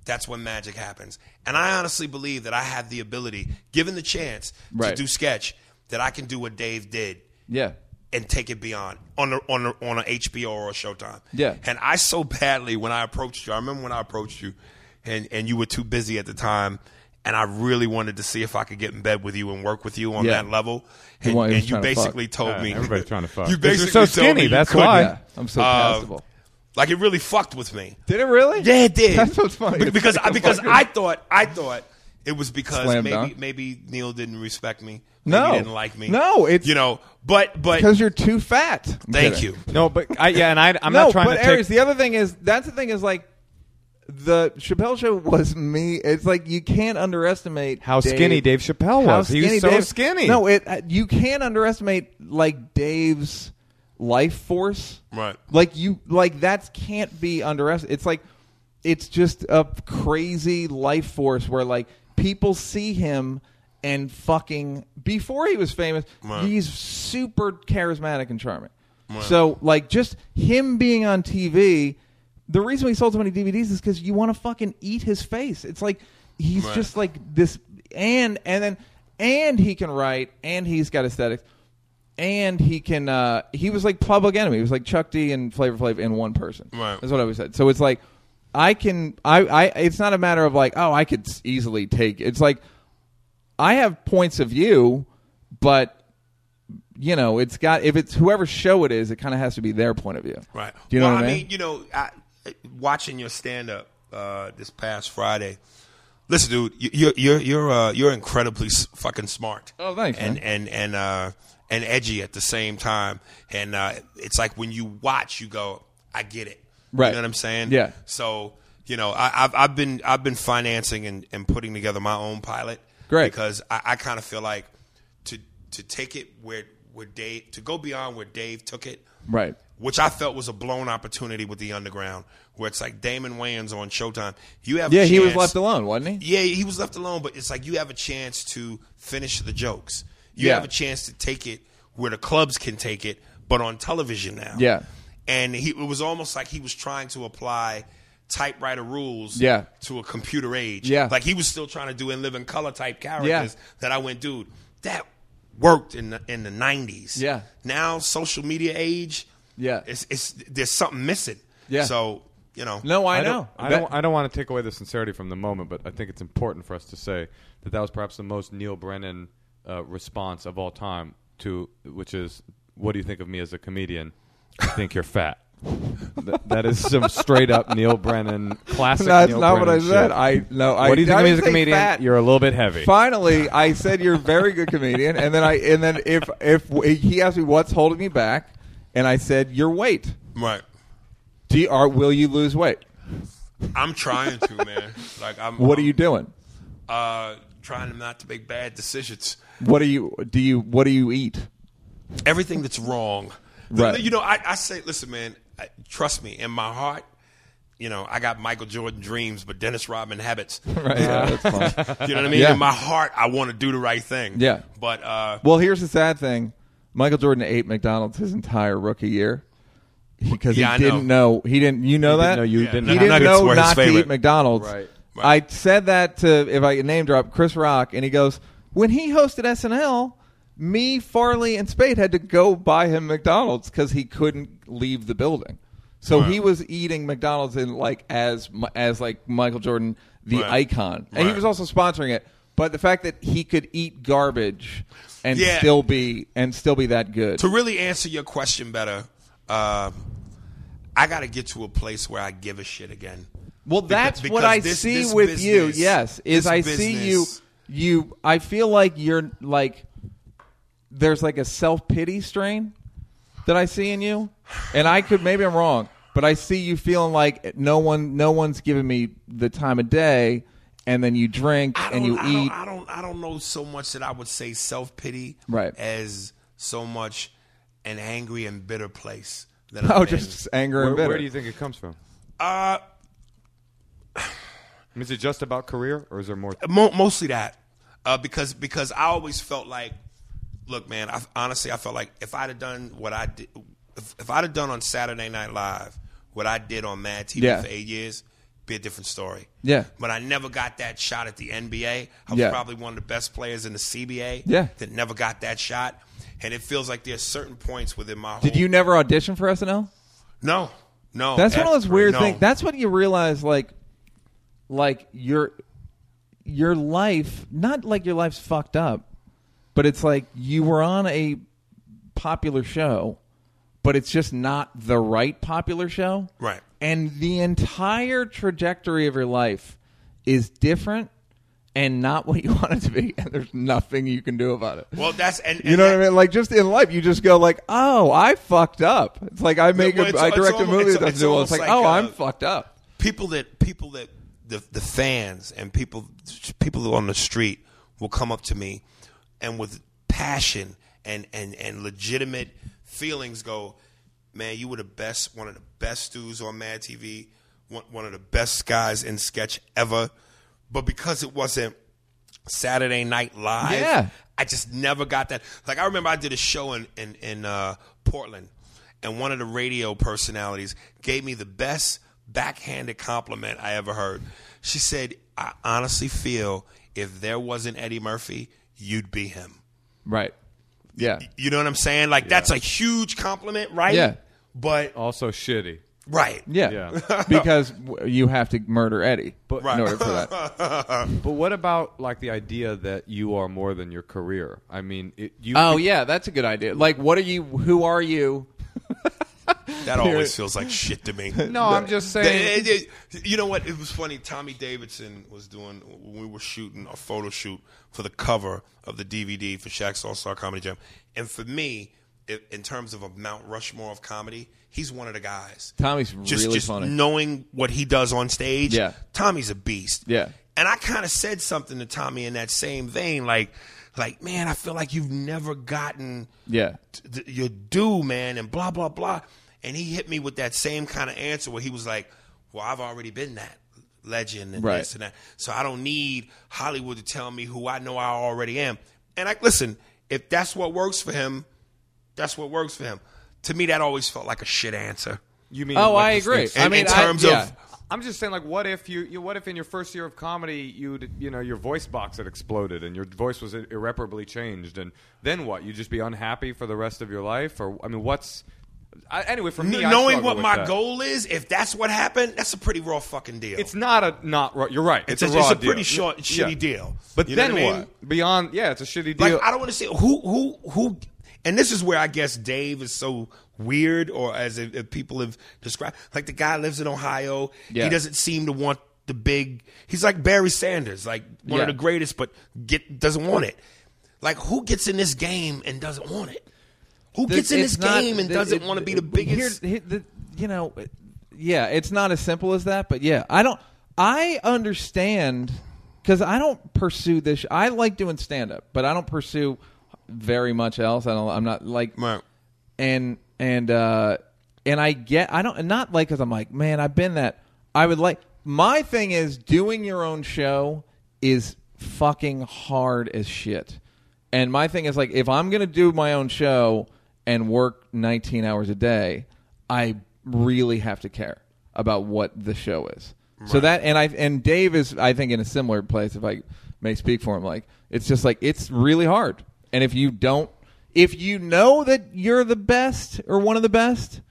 S3: that's when magic happens. And I honestly believe that I have the ability, given the chance
S1: Right.
S3: to do sketch, that I can do what Dave did
S1: Yeah.
S3: and take it beyond on a, on a, on a HBO or a Showtime.
S1: Yeah.
S3: And I so badly when I approached you. I remember when I approached you, and and you were too busy at the time. And I really wanted to see if I could get in bed with you and work with you on
S1: Yeah.
S3: that level.
S1: He
S3: And,
S1: wa- he was
S3: and you
S1: trying to fuck.
S3: basically told
S2: Yeah,
S3: me <laughs>
S2: everybody's trying to fuck.
S3: You
S2: 'Cause you're
S3: basically
S2: so
S3: told me
S2: skinny,
S3: you
S2: that's
S3: couldn't.
S2: why.
S1: Yeah. I'm so
S3: Uh,
S1: passable.
S3: Like it really fucked with
S1: <laughs>
S3: me.
S1: Did it really?
S3: Yeah, it did.
S1: That's what's funny.
S3: Be- Because
S1: It's like a
S3: because
S1: fucking-
S3: I thought I thought it was because
S1: Slam
S3: maybe
S1: dunk.
S3: maybe Neil didn't respect me. Maybe
S1: No.
S3: he didn't like me.
S1: No, it's-
S3: you know. But but
S1: Because you're too fat. I'm
S3: thank
S1: kidding.
S3: you.
S2: No, but I, yeah, and I, I'm
S1: no,
S2: not trying
S1: but
S2: to
S1: Aries,
S2: take.
S1: the other thing is that's the thing is like the Chappelle show was me. It's like you can't underestimate
S2: How skinny Dave Chappelle
S1: How
S2: was. He was
S1: skinny
S2: so
S1: Dave-
S2: skinny.
S1: No, it uh, you can't underestimate like Dave's life force.
S3: Right.
S1: Like you like that can't be underestimated. It's like it's just a crazy life force where like people see him and fucking before he was famous,
S3: Right.
S1: he's super charismatic and charming. So like just him being on TV, the reason we sold so many DVDs is because you want to fucking eat his face. It's like he's
S3: Right.
S1: just like this, and and then and he can write, and he's got aesthetics, and he can. uh He was like Public Enemy. He was like Chuck D and Flavor Flav in one person.
S3: Right.
S1: That's what I always said. So it's like I can. I. I. It's not a matter of like oh I could s- easily take. It's like I have points of view, but you know, it's got if it's whoever show it is, it kind of has to be their point of view.
S3: Right.
S1: Do you know
S3: well,
S1: what I mean?
S3: You know, I, watching your stand up uh, this past Friday. Listen, dude, you- you're you're you're uh, you're incredibly s- fucking smart.
S1: Oh, thanks,
S3: And
S1: man.
S3: and and uh, and edgy at the same time. And uh, it's like when you watch, you go, I get it.
S1: Right.
S3: You know what I'm saying?
S1: Yeah.
S3: So you know, I, I've I've been I've been financing and, and putting together my own pilot.
S1: Great.
S3: Because I, I kind of feel like to to take it where where Dave to go beyond where Dave took it
S1: right.
S3: which I felt was a blown opportunity with the underground, where it's like Damon Wayans on Showtime. You have a
S1: Yeah, he was
S3: chance-
S1: left alone, wasn't he?
S3: Yeah, he was left alone, but it's like you have a chance to finish the jokes. You
S1: Yeah.
S3: have a chance to take it where the clubs can take it, but on television now.
S1: Yeah.
S3: and he, it was almost like he was trying to apply typewriter rules
S1: Yeah.
S3: to a computer age.
S1: Yeah.
S3: like he was still trying to do in live in color type characters
S1: Yeah.
S3: that I went, dude, that worked in the in the nineties.
S1: Yeah.
S3: now social media age
S1: Yeah.
S3: it's, it's there's something missing.
S1: Yeah.
S3: So you know.
S1: No, I,
S2: I
S1: know.
S2: don't, I
S1: That- <laughs>
S2: don't. I don't want to take away the sincerity from the moment, but I think it's important for us to say that that was perhaps the most Neil Brennan uh, response of all time to, which is, "What do you think of me as a comedian? I think you're fat." Th- that is some straight up Neil Brennan classic.
S1: No, that's
S2: Neil
S1: not what I
S2: Brennan
S1: said.
S2: shit.
S1: I no. I,
S2: what do you think
S1: I
S2: of me as a
S1: didn't say
S2: comedian?
S1: fat.
S2: You're a little bit heavy.
S1: Finally, I said you're a very good comedian, and then I and then if if he asked me what's holding me back, and I said your weight.
S3: Right.
S1: Do you, are, will you lose weight?
S3: I'm trying to, man. Like I'm.
S1: What are you
S3: I'm,
S1: doing?
S3: Uh, trying not to make bad decisions.
S1: What do you do? You what do you eat?
S3: Everything that's wrong. The-
S1: Right.
S3: You know, I, I say, listen, man. I, trust me, in my heart, you know, I got Michael Jordan dreams, but Dennis Rodman
S1: <laughs>
S3: habits.
S1: Right. Yeah, that's fine.
S3: You know what I mean?
S1: Yeah.
S3: In my heart, I want to do the right thing.
S1: Yeah.
S3: But uh,
S1: Well, here's the sad thing: Michael Jordan ate McDonald's his entire rookie year because
S3: Yeah, I
S1: he didn't know. he didn't. You know
S2: didn't
S1: that
S2: know you
S1: he
S2: Yeah, didn't
S1: didn't
S2: have nuggets
S1: know
S3: were his
S1: not to
S3: favorite.
S1: eat McDonald's.
S2: Right.
S1: I said that to if I name drop Chris Rock, and he goes when he hosted SNL. me, Farley, and Spade had to go buy him McDonald's because he couldn't leave the building. So he was eating McDonald's in like as mu- as like Michael Jordan, the
S3: Right.
S1: icon, and he
S3: Right.
S1: was also sponsoring it. But the fact that he could eat garbage and
S3: Yeah.
S1: still be and still be that good,
S3: to really answer your question better, uh, I got to get to a place where I give a shit again.
S1: Well,
S3: Beca-
S1: that's what
S3: because
S1: I
S3: this-
S1: see
S3: this
S1: with you.
S3: business-
S1: Yes, is
S3: this
S1: I see you.
S3: business-
S1: You, I feel like you're like there's like a self pity strain that I see in you, and I could maybe I'm wrong, but I see you feeling like no one, no one's giving me the time of day, and then you drink
S3: I
S1: and
S3: don't-
S1: you
S3: I
S1: eat.
S3: Don't, I don't. I don't know so much that I would say self pity,
S1: Right.
S3: As so much an angry and bitter place.
S1: <laughs>
S3: That I'm
S1: <laughs> Oh,
S3: in.
S1: just anger
S2: Where,
S1: and bitter.
S2: where do you think it comes from?
S3: uh,
S2: I mean, Is it just about career, or is there more?
S3: mo- mostly that uh, because because I always felt like, look, man, I, honestly, I felt like if I'd have done what I did, if, if I'd have done on Saturday Night Live what I did on Mad TV
S1: Yeah.
S3: for eight years, be a different story.
S1: Yeah.
S3: but I never got that shot at the NBA. I was
S1: Yeah.
S3: probably one of the best players in the CBA.
S1: Yeah.
S3: that never got that shot, and it feels like there's certain points within my.
S1: Did
S3: whole-
S1: you never audition for SNL?
S3: No, no.
S1: That's one of those weird
S3: no.
S1: things. That's when you realize, like, like your your life, not like your life's fucked up, but it's like you were on a popular show, but it's just not the right popular show,
S3: Right.
S1: And the entire trajectory of your life is different and not what you <laughs> want it to be, and there's nothing you can do about it.
S3: well, that's and,
S1: You
S3: and
S1: know
S3: that-
S1: what I mean? Like just in life, you just go like, "Oh, I fucked up." It's like I make,
S3: Well,
S1: a,
S3: it's-
S1: I
S3: it's
S1: direct a
S3: almo-
S1: movie
S3: it's-
S1: that doesn't
S3: it's
S1: do well. It's like,
S3: almost
S1: "Oh,
S3: like,
S1: I'm
S3: uh,
S1: fucked up."
S3: people that people that the the fans and people people on the street will come up to me and with passion and and and legitimate feelings go man you were the best one of the best dudes on mad tv one, one of the best guys in sketch ever but because it wasn't saturday night live
S1: Yeah.
S3: I just never got that. Like I remember I did a show in in, in uh, Portland, and one of the radio personalities gave me the best backhanded compliment I ever heard. She said, "I honestly feel if there wasn't Eddie Murphy, you'd be him."
S1: Right. Yeah.
S3: You know what I'm saying? Like that's a huge compliment, right?
S1: Yeah.
S3: But
S2: Also shitty.
S3: right.
S1: Yeah.
S2: Yeah.
S1: because w- you have to murder Eddie
S3: Right.
S1: in order for that.
S3: <laughs>
S2: But what about like the idea that you are more than your career? I mean, it, you.
S1: oh yeah, that's a good idea. Like, what are you? Who are you?
S3: That always feels like shit to me.
S2: No, I'm just
S3: They-
S2: saying.
S3: they- they- you know what? It was funny. Tommy Davidson was doing when we were shooting a photo shoot for the cover of the DVD for Shaq's All Star Comedy Jam, and for me, i in terms of a Mount Rushmore of comedy, he's one of the guys.
S1: Tommy's
S3: just
S1: really
S3: just
S1: funny.
S3: knowing what he does on stage.
S1: Yeah.
S3: Tommy's a beast.
S1: Yeah.
S3: and I kind of said something to Tommy in that same vein, like, like man, I feel like you've never gotten
S1: Yeah.
S3: th- your due, man, and blah blah blah. And he hit me with that same kind of answer where he was like, "Well, I've already been that legend and
S1: Right.
S3: this and that, so I don't need Hollywood to tell me who I know I already am." And I listen, if that's what works for him, that's what works for him. To me, that always felt like a shit answer.
S2: You mean?
S1: Oh,
S2: like
S1: I
S2: this
S1: agree.
S2: thing-
S1: I
S3: And
S1: mean,
S3: in terms
S1: I,
S3: of-
S1: yeah.
S2: I'm just saying, like, what if you, you, what if in your first year of comedy, you, you know, your voice box had exploded and your voice was irreparably changed, and then what? You just be unhappy for the rest of your life, or I mean, what's I, anyway for me?
S3: Kn-
S2: I
S3: knowing
S2: struggle
S3: what
S2: with
S3: my
S2: that.
S3: goal is, if that's what happened, that's a pretty raw fucking deal.
S2: It's not a not. raw- You're right. It's,
S3: It's a-
S2: raw
S3: it's a
S2: deal.
S3: pretty short,
S2: Yeah.
S3: shitty deal.
S2: But
S3: You know
S2: then
S3: what I mean?
S2: what? Beyond, yeah, it's a shitty deal.
S3: Like I don't want to say who who who. And this is where I guess Dave is so weird, or as if, if people have described, like the guy lives in Ohio.
S1: Yeah.
S3: He doesn't seem to want the big. He's like Barry Sanders, like one of
S1: Yeah.
S3: the greatest, but get doesn't want it. Like who gets in this game and doesn't want it? Who gets in
S1: It's
S3: this
S1: not-
S3: game and
S1: it-
S3: doesn't
S1: it-
S3: want to be the
S1: it-
S3: biggest?
S1: here- here- the- you know, it- yeah, it's not as simple as that, but yeah, I don't. I understand because I don't pursue this. I like doing stand up, but I don't pursue very much else. I don't. I'm not like
S3: Right.
S1: and and uh and I get I don't not like because I'm like man I've been that I would like my thing is doing your own show is fucking hard as shit and my thing is like if I'm gonna do my own show and work 19 hours a day I really have to care about what the show is so that and I and Dave is I think in a similar place if I may speak for him like it's just like it's really hard And if you don't, if you know that you're the best or one of the best,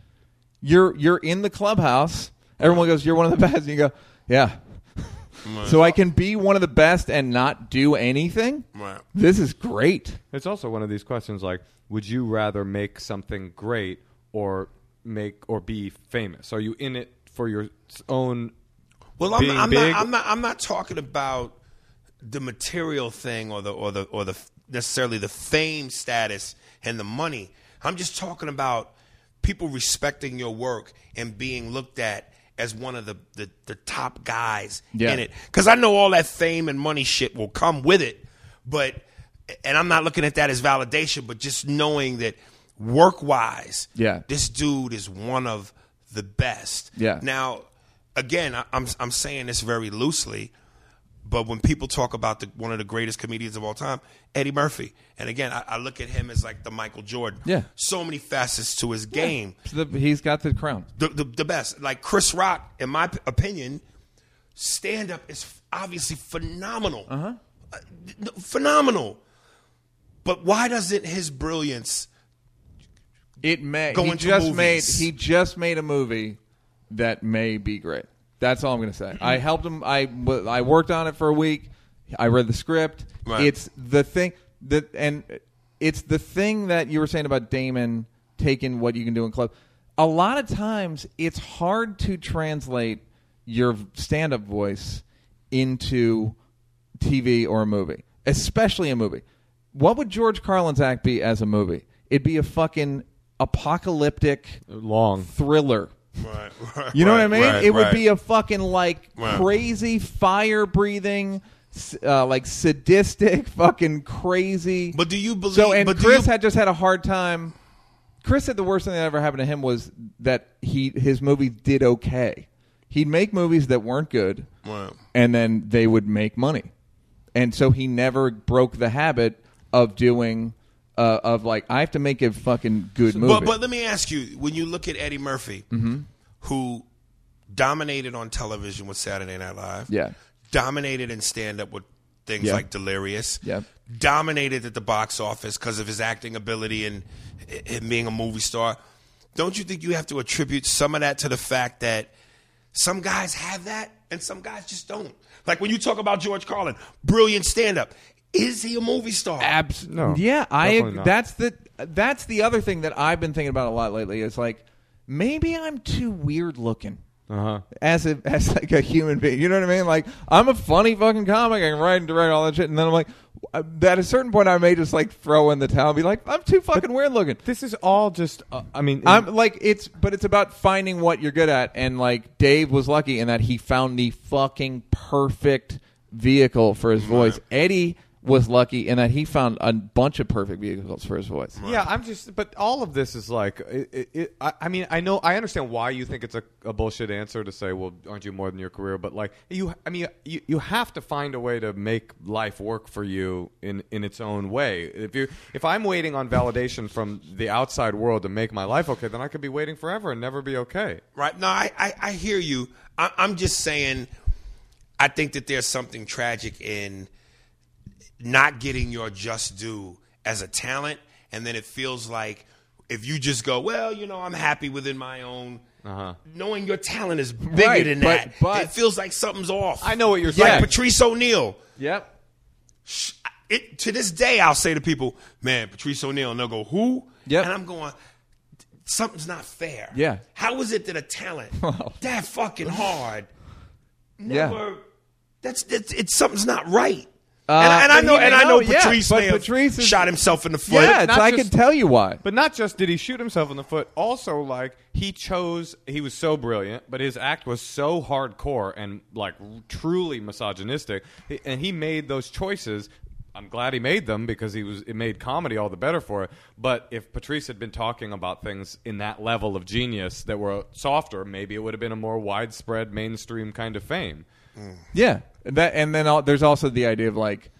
S1: you're you're in the clubhouse. Everyone goes, "You're one of the best," and you go, "Yeah." so I can be one of the best and not do anything.
S3: Right.
S1: This is great.
S2: It's also one of these questions like, would you rather make something great or make or be famous? Are you in it for your s- own?
S3: Well, I'm,
S2: being
S3: I'm
S2: big?
S3: not. I'm not. I'm not talking about the material thing or the or the or the necessarily the fame status and the money. I'm just talking about people respecting your work and being looked at as one of the the, the top guys
S1: Yeah.
S3: in it. Because I know all that fame and money shit will come with it, but and I'm not looking at that as validation, but just knowing that work wise,
S1: Yeah.
S3: this dude is one of the best.
S1: Yeah.
S3: Now, again, I, I'm I'm saying this very loosely, but when people talk about the, one of the greatest comedians of all time, Eddie Murphy, and again, I, I look at him as like the Michael Jordan.
S1: Yeah.
S3: So many facets to his game.
S1: So the, he's got the crown.
S3: The, the the best, like Chris Rock, in my p- opinion, stand up is f- obviously phenomenal. Uh-huh. phenomenal. But why doesn't his brilliance?
S1: It may.
S3: Going
S1: he
S3: to
S1: just
S3: movies.
S1: made. He just made a movie that may be great. That's all I'm going to say.
S3: Mm-hmm.
S1: I helped him. I w- I worked on it for a week. I read the script.
S3: Right.
S1: It's the thing that and it's the thing that you were saying about Damon taking what you can do in club. A lot of times, it's hard to translate your stand-up voice into TV or a movie, especially a movie. What would George Carlin's act be as a movie? It'd be a fucking apocalyptic
S2: Long.
S1: thriller.
S3: Right, <laughs>
S1: You know what I mean? it would be
S3: a
S1: a fucking like
S3: Right.
S1: crazy fire breathing, uh, like sadistic, <laughs> fucking crazy.
S3: But do you believe?
S1: so and
S3: but do
S1: Chris
S3: you-
S1: had just had a hard time. Chris said the worst thing that ever happened to him was that he his movies did okay. He'd make movies that weren't good,
S3: Wow.
S1: and then they would make money, and so he never broke the habit of doing uh, of like I have to make a fucking good movie. Mm-hmm.
S3: But but let me ask you: when you look at Eddie Murphy, who dominated on television with Saturday Night Live,
S1: Yeah.
S3: dominated in stand up with things
S1: Yeah.
S3: like Delirious,
S1: Yep.
S3: dominated at the box office because of his acting ability and, and being a movie star. Don't you think you have to attribute some of that to the fact that some guys have that and some guys just don't? Like when you talk about George Carlin, brilliant stand up. Is he a movie star?
S1: Abs-
S2: No,
S1: Yeah, I.
S2: definitely
S1: ag-
S2: not.
S1: That's the that's the other thing that I've been thinking about a lot lately. Is like maybe I'm too weird looking.
S2: Uh-huh.
S1: As a <laughs> as like a human being, you know what I mean? Like I'm a funny fucking comic. I can write and direct all that shit, and then I'm like, uh, at a certain point, I may just like throw in the towel and be like, I'm too fucking weird looking.
S2: This is all just. Uh, I mean,
S1: I'm like it's, but it's about finding what you're good at, and like Dave was lucky in that he found the fucking perfect vehicle for his voice. Eddie was lucky in that he found a bunch of perfect vehicles for his voice.
S2: Yeah, I'm just. But all of this is like. It, it, it, I, I mean, I know. I understand why you think it's a, a bullshit answer to say, "Well, aren't you more than your career?" But like, you. I mean, you, you have to find a way to make life work for you in in its own way. If you if I'm waiting on validation from the outside world to make my life okay, then I could be waiting forever and never be okay.
S3: right? No, I, I, I hear you. I, I'm just saying, I think that there's something tragic in not getting your just due as a talent, and then it feels like if you just go, well, you know, I'm happy within my own.
S2: Uh-huh.
S3: Knowing your talent is bigger
S1: Right,
S3: than
S1: but-
S3: that,
S1: but-
S3: it feels like something's off.
S2: I know what you're
S3: Like
S2: saying.
S3: Patrice O'Neal.
S1: Yep.
S3: It, to this day, I'll say to people, "Man, Patrice O'Neal," and they'll go, "Who?"
S1: Yep.
S3: And I'm going, "Something's not fair."
S1: Yeah.
S3: How is it that
S1: <laughs>
S3: a talent that fucking hard
S1: Yeah.
S3: never? That's it's, it's something not right.
S1: Uh,
S3: and, and I know,
S1: yeah,
S3: and I know
S1: no, yeah,
S3: Patrice
S1: but
S3: may have
S1: Patrice is-
S3: shot himself in the foot.
S1: Yeah,
S2: not
S1: it's- I
S2: just-
S1: can tell you why.
S2: But not just did he shoot himself in the foot, also like he chose he was so brilliant, but his act was so hardcore and like truly misogynistic he- and he made those choices. I'm glad he made them because he was it made comedy all the better for it. But if Patrice had been talking about things in that level of genius that were softer, maybe it would have been a more widespread mainstream kind of fame.
S1: Yeah, that and then all, there's also the idea of like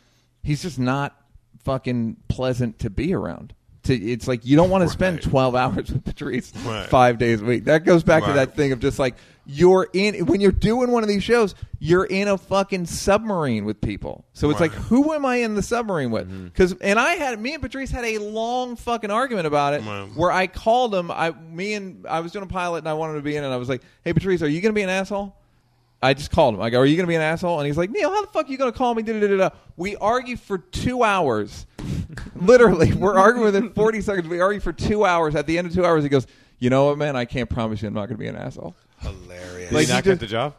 S1: he's just not fucking pleasant to be around. To, it's like you don't want to spend 12 <laughs> hours with Patrice
S3: Right.
S1: five days a week. That goes back to
S3: Right.
S1: that thing of just like you're in when you're doing one of these shows, you're in a fucking submarine with people. So it's like, who am I in the submarine
S3: Mm-hmm.
S1: with? Because and I had me and Patrice had a long fucking argument about it,
S3: Right.
S1: where I called him. I me and I was doing a pilot and I wanted to be in, it, and I was like, hey Patrice, are you gonna be an asshole? I just called him. I go, "Are you going to be an asshole?" And he's like, "Neil, how the fuck are you going to call me?" Da-da-da-da. We argue for two hours. <laughs> Literally, we're arguing within forty seconds. We argue for two hours. At the end of two hours, he goes, "You know what, man? I can't promise you I'm not going to be an asshole."
S3: Hilarious.
S1: Like,
S2: Did he not
S1: you
S2: get
S1: just-
S2: the job?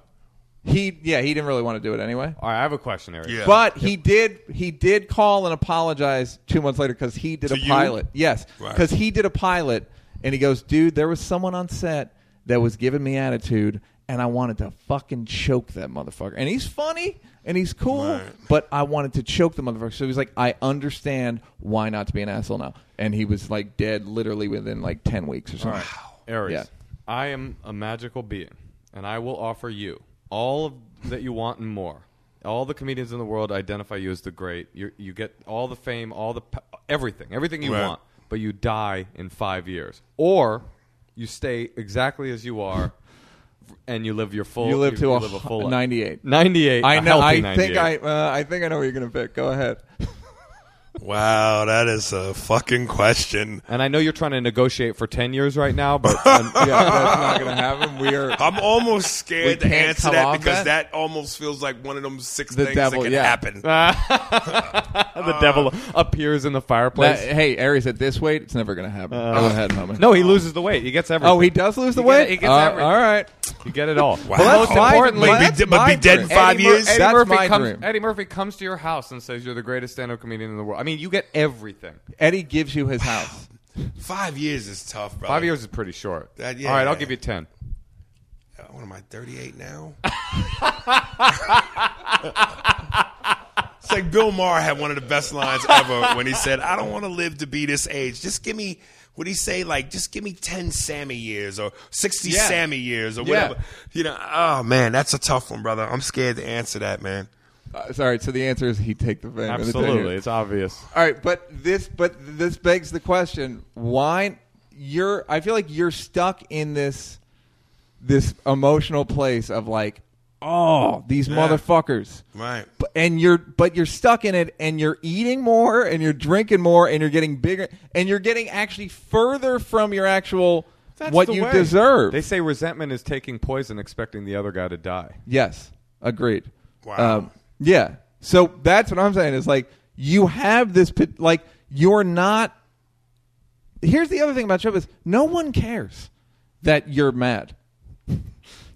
S1: He, yeah, he didn't really want to do it anyway.
S2: All right, I have a question, Eric.
S3: Yeah.
S1: But he did. He did call and apologize two months later because he did
S3: To
S1: a
S3: you?
S1: pilot. Yes,
S3: Right.
S1: because he did a pilot, and he goes, "Dude, there was someone on set that was giving me attitude, and I wanted to fucking choke that motherfucker. And he's funny and he's cool,
S3: Right.
S1: but I wanted to choke the motherfucker. So he's like, I understand why not to be an asshole now. And he was like dead, literally within like ten weeks or something.
S2: Aries,
S1: Yeah.
S2: I am a magical being, and I will offer you all of that you want and more. All the comedians in the world identify you as the great. you you get all the fame, all the p- everything, everything you
S3: Right.
S2: want, but you die in five years, or you stay exactly as you are, and you live your full.
S1: You live to a
S2: live
S1: hu-
S2: full life.
S1: 98.
S2: Ninety-eight.
S1: I
S2: a
S1: know.
S2: healthy
S1: I think
S2: 98.
S1: I. Uh, I think I know what you're gonna pick. Go ahead.
S3: Wow, that is a fucking question.
S2: And I know you're trying to negotiate for ten years right
S1: <laughs>
S2: now, but um, yeah,
S1: That's not gonna happen. We are.
S3: I'm almost
S1: <laughs> We
S3: scared to
S1: can't
S3: answer
S1: tell
S3: that
S1: off
S3: because
S1: that?
S3: that? almost feels like one of them six
S1: The
S3: things
S1: devil,
S3: that can
S1: yeah. Uh,
S3: happen.
S2: the devil appears in the
S1: That-
S2: fireplace.
S1: hey, Aries, at this weight, it's never going to happen. Go ahead, homie.
S2: no, he loses the weight. He gets everything.
S1: Oh, he does lose the
S2: He get-
S1: weight.
S2: he gets
S1: Uh,
S2: everything.
S1: all right.
S2: You get it <laughs> all.
S3: Well, that's
S2: Most
S3: my-
S2: importantly,
S3: But be-
S1: that's
S3: but be
S1: my
S3: dead in
S1: dream.
S3: five
S1: Eddie Mur-
S3: years?
S1: Eddie
S2: Eddie
S1: Murphy
S2: Murphy,
S1: comes-
S2: comes, Eddie Murphy comes to your house and says you're the greatest stand-up comedian in the world. I mean, you get everything.
S1: Eddie gives you his house.
S3: Five years is tough, bro.
S2: Five years is pretty short.
S3: That- yeah,
S2: all right,
S3: yeah,
S2: I'll
S3: yeah.
S2: give you ten.
S3: uh, What am I,
S1: <laughs>
S3: 38 now? it's like Bill Maher had one of the best lines ever when he said, I don't want to live to be this age. Just give me, what he say? Like, just give me 10 Sammy years or 60
S1: Yeah.
S3: Sammy years or
S1: Yeah.
S3: whatever. You know, oh, man, that's a tough one, brother. I'm scared to answer that, man.
S1: <laughs> Uh, sorry. So the answer is he'd take the fame. and the
S2: Absolutely,
S1: tenure.
S2: it's obvious.
S1: All right, but this but this begs the question: Why you're? I feel like you're stuck in this this emotional place of like, oh, these motherfuckers.
S3: Right.
S1: B- and you're but you're stuck in it and you're eating more and you're drinking more and you're getting bigger and you're getting actually further from your actual what you deserve.
S2: They say resentment is taking poison, expecting the other guy to die.
S1: yes, agreed. Um,
S3: Wow.
S1: yeah. So that's what I'm saying is like you have this pit- like you're not Here's the other thing about Chubb is no one cares that you're mad. <laughs> Do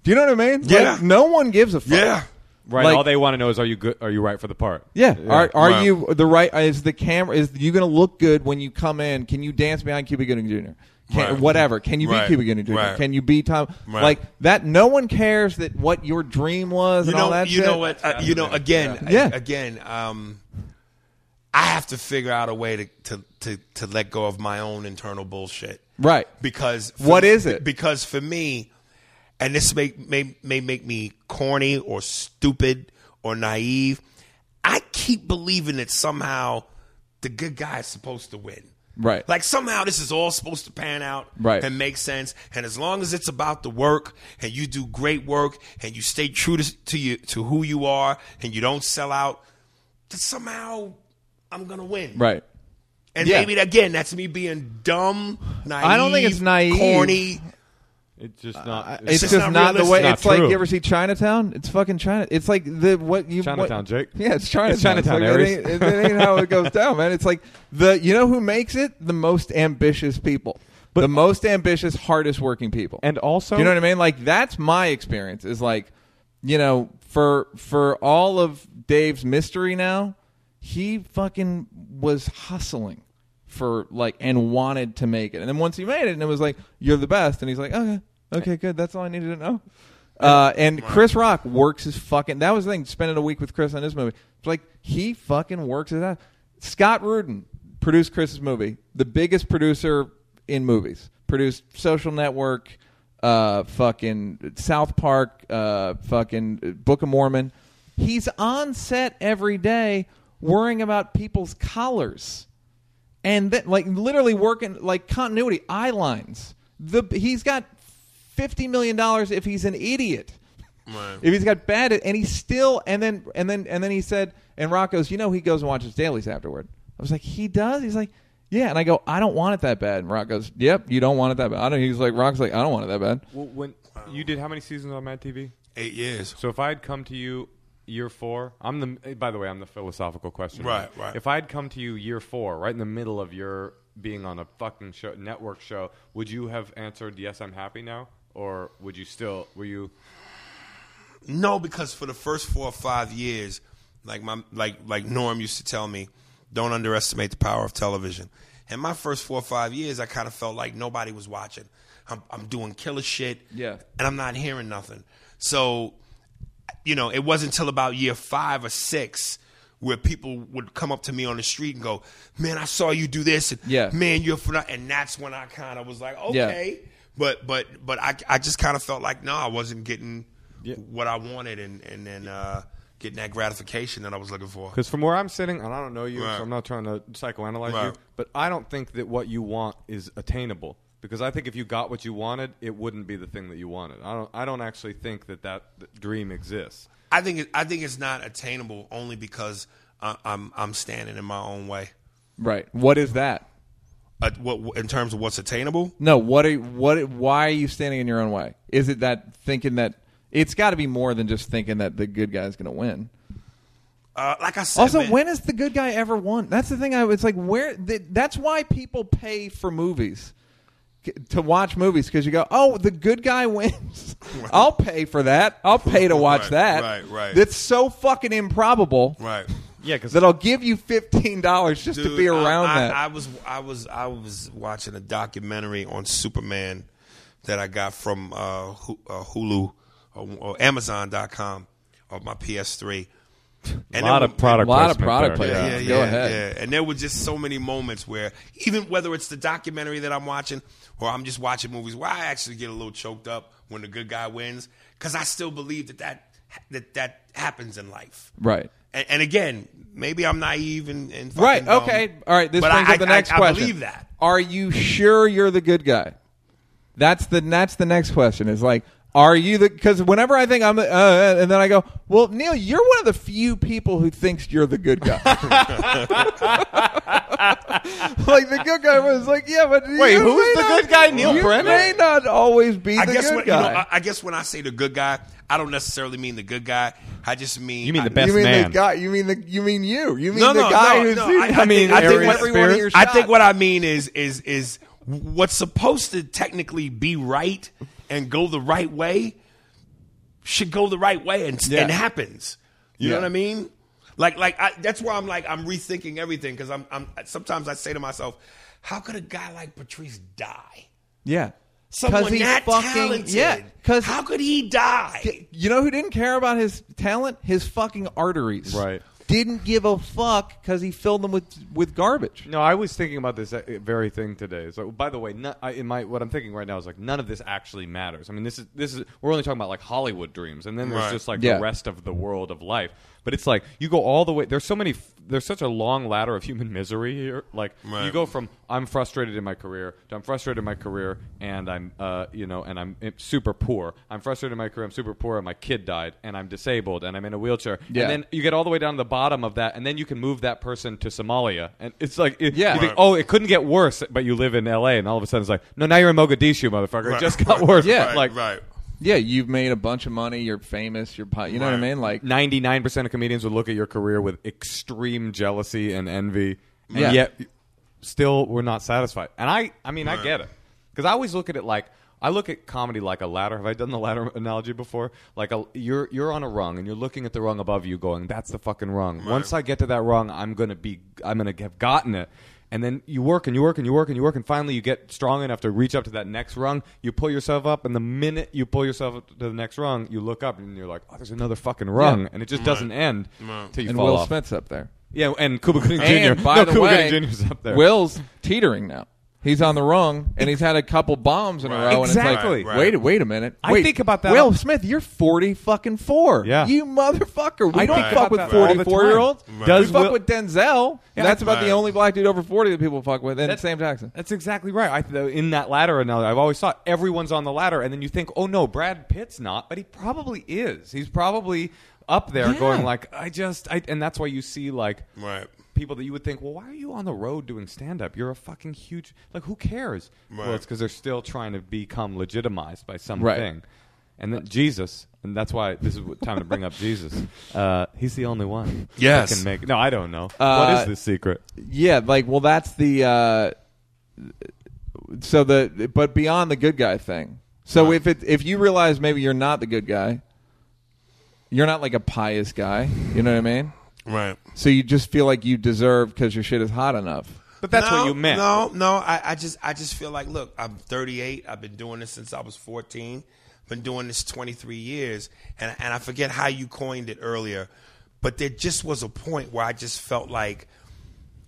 S1: you know what I mean? Like,
S3: Yeah.
S1: no one gives a fuck.
S3: Yeah.
S2: Right.
S1: Like-
S2: all they want to know is, are you good? Are you right for the part?
S1: Yeah. Are are
S3: Wow.
S1: you the right? Is the camera? Is you going to look good when you come in? Can you dance behind Cuba Gooding Jr.? Can,
S3: Right.
S1: Whatever. Can you
S3: Right.
S1: be Cuba Gooding Jr.?
S3: Right.
S1: Can you be Tom?
S3: Right.
S1: Like that. No one cares that what your dream was
S3: you
S1: and
S3: know,
S1: all that.
S3: you
S1: shit.
S3: know what? Uh, you know, again,
S1: Yeah.
S3: I- again. Um, I have to figure out a way to, to to to let go of my own internal bullshit.
S1: Right.
S3: Because for
S1: What
S3: me-
S1: is it?
S3: Because for me, and this may may may make me corny or stupid or naive. I keep believing that somehow the good guy is supposed to win.
S1: Right.
S3: Like somehow this is all supposed to pan out
S1: Right.
S3: and make sense. And as long as it's about the work and you do great work and you stay true to, to you to who you are and you don't sell out, then somehow I'm gonna win.
S1: Right.
S3: And
S1: Yeah.
S3: maybe again, that's me being dumb, naive.
S1: I don't think it's naive.
S3: corny.
S2: It's
S3: Uh,
S2: just not.
S1: It's,
S3: just
S1: just
S3: not
S1: not, the
S3: realistic.
S1: way.
S2: Not
S1: It's like
S2: true.
S1: you ever see Chinatown. It's fucking China. It's like the what you what-
S2: Chinatown, Jake.
S1: Yeah, it's Chinatown.
S2: Chinatown,
S1: like,
S2: Aries.
S1: it, ain't, it ain't how it goes down, man. It's like the you know who makes it the most ambitious people, the most ambitious, hardest working people,
S2: And also-
S1: Do you know what I mean? Like that's my experience. Is like you know for for all of Dave's mystery now, he fucking was hustling for like and wanted to make it, and then once he made it, and it was like you're the best, and he's like okay, okay, good. That's all I needed to know. Uh, and Chris Rock works his fucking. That was the thing. Spending a week with Chris on his movie, it's like he fucking works it out. Scott Rudin produced Chris's movie, the biggest producer in movies. Produced Social Network, uh, fucking South Park, uh, fucking Book of Mormon. He's on set every day worrying about people's collars and then like literally working like continuity eye lines. The he's got fifty million dollars if he's an idiot.
S3: Right.
S1: If he's got bad, at, and he still, and then and then and then he said, and Rock goes, you know, he goes and watches dailies afterward. I was like, he does. He's like, yeah, and I go, I don't want it that bad. And Rock goes, yep, you don't want it that bad. I don't. He's like, Rock's like, I don't want it that bad.
S2: Well, when you did how many seasons on Mad TV?
S3: Eight years.
S2: So if I had come to you year four, I'm the. eh, By the way, I'm the philosophical question.
S3: Right, right.
S2: If I had come to you year four, right in the middle of your being on a fucking show, network show, would you have answered yes, I'm happy now, or would you still? Were you?
S3: No, because for the first four or five years, like my like like Norm used to tell me, don't underestimate the power of television. And my first four or five years, I kind of felt like nobody was watching. I'm, I'm doing killer shit,
S1: Yeah.
S3: and I'm not hearing nothing. So, you know, it wasn't until about year five or six where people would come up to me on the street and go, "Man, I saw you do this," and
S1: Yeah.
S3: "Man, you're phenomenal." And that's when I kind of was like,
S1: Yeah.
S3: "Okay." But but but I I just kind of felt like no, I wasn't getting what I wanted and and then uh, getting that gratification that I was looking for.
S2: Because from where I'm sitting, and I don't know you,
S3: Right.
S2: so I'm not trying to psychoanalyze you,
S3: Right.
S2: but I don't think that what you want is attainable. Because I think if you got what you wanted, it wouldn't be the thing that you wanted. I don't. I don't actually think that that dream exists.
S3: I think it, I think it's not attainable only because I, I'm I'm standing in my own way.
S1: Right. What is that?
S3: Uh, what in terms of what's attainable?
S1: No. What? Are, what? Why are you standing in your own way? Is it that thinking that it's got to be more than just thinking that the good guy is going to win?
S3: Uh, like I said,
S1: Also,
S3: man,
S1: when has the good guy ever won? That's the thing. I it's like where th- that's why people pay for movies c- to watch movies because you go, oh, the good guy <laughs> wins. I'll pay for that. I'll pay to watch
S3: Right,
S1: that.
S3: right, right.
S1: That's so fucking improbable.
S3: right.
S2: Yeah, because
S1: That I'll give you fifteen dollars just to
S3: Dude,
S1: be around
S3: I, I-
S1: that.
S3: I was I was I was watching a documentary on Superman that I got from uh, Hu- uh, Hulu or, or Amazon.com of my PS3. And
S2: a lot
S3: it-
S2: of product
S1: A lot of
S2: placement
S1: product
S2: there.
S1: placement. Yeah.
S3: yeah, yeah,
S1: Go ahead.
S3: yeah. And there were just so many moments where, even whether it's the documentary that I'm watching or I'm just watching movies, where I actually get a little choked up when the good guy wins, because I still believe that that that that happens in life.
S1: right.
S3: And, and again, maybe I'm naive and, and fucking
S1: Right.
S3: dumb,
S1: Okay. All right. This
S3: but
S1: brings
S3: I,
S1: up the
S3: I-
S1: next
S3: I,
S1: question.
S3: I believe that.
S1: Are you sure you're the good guy? That's the that's the next question. Is like, are you the? Because whenever I think I'm, the- uh, and then I go, well, Neil, you're one of the few people who thinks you're the good guy. <laughs> like the good guy was like, yeah, but wait,
S2: who's the good guy, Neil
S1: you
S2: Brennan?
S1: May not always be
S3: I
S1: the
S3: guess
S1: good
S3: when
S1: guy.
S3: you know, uh, I, I guess when I say the good guy, I don't necessarily mean the good guy. I just mean
S2: You mean the
S3: I-
S2: best
S1: you mean
S2: man.
S1: the guy? You mean the? You mean you? You mean
S3: No,
S1: the
S3: no,
S1: guy
S3: no,
S1: who's?
S3: no, I- I
S2: mean,
S1: I think
S2: Arian
S1: every one of
S2: Spears?
S1: your
S3: I
S1: shots-
S3: think what I mean is is is what's supposed to technically be right and go the right way should go the right way and,
S1: Yeah.
S3: and happens. You
S1: Yeah.
S3: know what I mean? Like like I, that's where I'm like I'm rethinking everything because I'm I'm sometimes I say to myself, how could a guy like Patrice die?
S1: yeah.
S3: Someone
S1: 'Cause he's
S3: that
S1: fucking,
S3: talented.
S1: Yeah, because
S3: how could he die?
S1: You know who didn't care about his talent? His fucking arteries.
S2: Right.
S1: Didn't give a fuck because he filled them with with garbage.
S2: No, I was thinking about this uh, very thing today. So, by the way, no, I, in my what I'm thinking right now is like none of this actually matters. I mean, this is this is we're only talking about like Hollywood dreams, and then there's
S3: Right.
S2: just like
S1: Yeah.
S2: the rest of the world of life. But it's like you go all the way. There's so many. f- There's such a long ladder of human misery here. Like you
S3: Right.
S2: go from I'm frustrated in my career to I'm frustrated in my career, and I'm uh you know, and I'm uh, super poor. I'm frustrated in my career. I'm super poor, and my kid died, and I'm disabled, and I'm in a wheelchair.
S1: Yeah.
S2: And then you get all the way down to the bottom of that, and then you can move that person to Somalia, and it's like it,
S1: Yeah.
S2: you think,
S1: Right.
S2: oh, it couldn't get worse, but you live in L.A. and all of a sudden it's like, no, now you're in Mogadishu, motherfucker. It
S3: Right.
S2: just got worse.
S1: Yeah.
S2: like
S3: right.
S1: Yeah, you've made a bunch of money. You're famous. You're po- you know what I
S3: Right.
S1: mean? Like
S2: ninety-nine percent of comedians would look at your career with extreme jealousy and envy, and
S1: Yeah.
S2: yet still we're not satisfied. And I, I mean, I get it because I always look at it like. I look at comedy like a ladder. Have I done the ladder <laughs> analogy before? Like a, you're you're on a rung and you're looking at the rung above you, going, "That's the fucking rung." Once I get to that rung, I'm gonna be, I'm gonna have gotten it. And then you work and you work and you work and you work, and finally you get strong enough to reach up to that next rung. You pull yourself up, and the minute you pull yourself up to the next rung, you look up and you're like, "Oh, there's another fucking rung,"
S1: Yeah.
S2: and it just doesn't end till you
S1: and
S2: fall
S1: Will
S2: off.
S1: Smith's up there.
S2: Yeah, and Cuba Gooding Jr.
S1: And by
S2: <laughs> no,
S1: the
S2: Cuba
S1: way,
S2: Gooding Jr. is up there.
S1: Will's teetering now. He's on the rung, and he's had a couple bombs in a row.
S2: Exactly.
S1: And it's like,
S3: Right,
S1: wait,
S3: right.
S1: wait a minute.
S2: I
S1: Wait,
S2: think about that
S1: Will
S2: all-
S1: Smith, you're forty fucking four.
S2: Yeah.
S1: you motherfucker. We
S2: I
S1: don't
S2: think
S1: fuck
S2: about
S1: with
S2: that all the
S1: forty four year olds.
S2: time. Does
S1: we fuck
S2: Will-
S1: with Denzel?
S2: Yeah.
S1: That's about the
S3: Right.
S1: only black dude over forty that people fuck with, and
S2: That-
S1: Sam Jackson.
S2: That's exactly right. I, though, in that ladder analogy, I've always thought everyone's on the ladder, and then you think, oh no, Brad Pitt's not, but he probably is. He's probably up there
S1: Yeah.
S2: going like, I just, I, and that's why you see like
S3: Right.
S2: people that you would think, well, why are you on the road doing stand up? You're a fucking huge, like, who cares? Well,
S3: Right.
S2: it's because they're still trying to become legitimized by something.
S1: Right.
S2: And then Jesus, and that's why this is what- time to bring up
S1: <laughs>
S2: Jesus. Uh, he's the only one. that
S3: Yes.
S2: can make, no, I don't know.
S1: Uh,
S2: what is the secret?
S1: Yeah, like well, that's the uh, so the but beyond the good guy thing. So if it if you realize maybe you're not the good guy, you're not like a pious guy. You know what I mean?
S3: Right.
S1: So you just feel like you deserve because your shit is hot enough.
S2: But that's
S3: no,
S2: what you meant.
S3: No, no. I, I just I just feel like look, I'm 38. I've been doing this since I was 14. Been doing this 23 years, and and I forget how you coined it earlier, but there just was a point where I just felt like,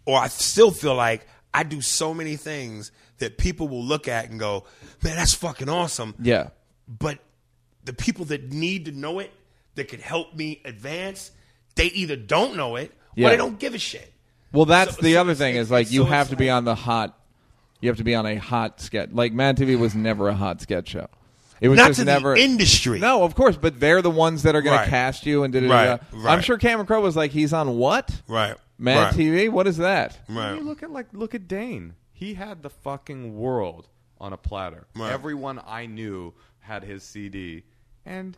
S3: or I still feel like I do so many things that people will look at and go, man, that's fucking awesome.
S1: Yeah.
S3: but the people that need to know it that could help me advance they either don't know it
S1: Yeah.
S3: or they don't give a shit
S1: Well, that's
S3: So-
S1: the
S3: so
S1: other
S3: it's-
S1: thing
S3: it's-
S1: is like
S3: it's
S1: you
S3: so
S1: have to be
S3: exciting.
S1: on the hot. You have to be on a hot sketch. Like Mad TV was never a hot sketch show. It was
S3: Not
S1: just
S3: to the
S1: never
S3: industry.
S1: No, of course, but they're the ones that are going to
S3: Right.
S1: cast you and did it.
S3: Right,
S1: I'm
S3: right.
S1: sure Cameron Crowe was like, he's on what?
S3: right
S1: Mad TV. What is that?
S2: When you look at like look at Dane. He had the fucking world on a platter.
S3: Right.
S2: Everyone I knew had his CD, and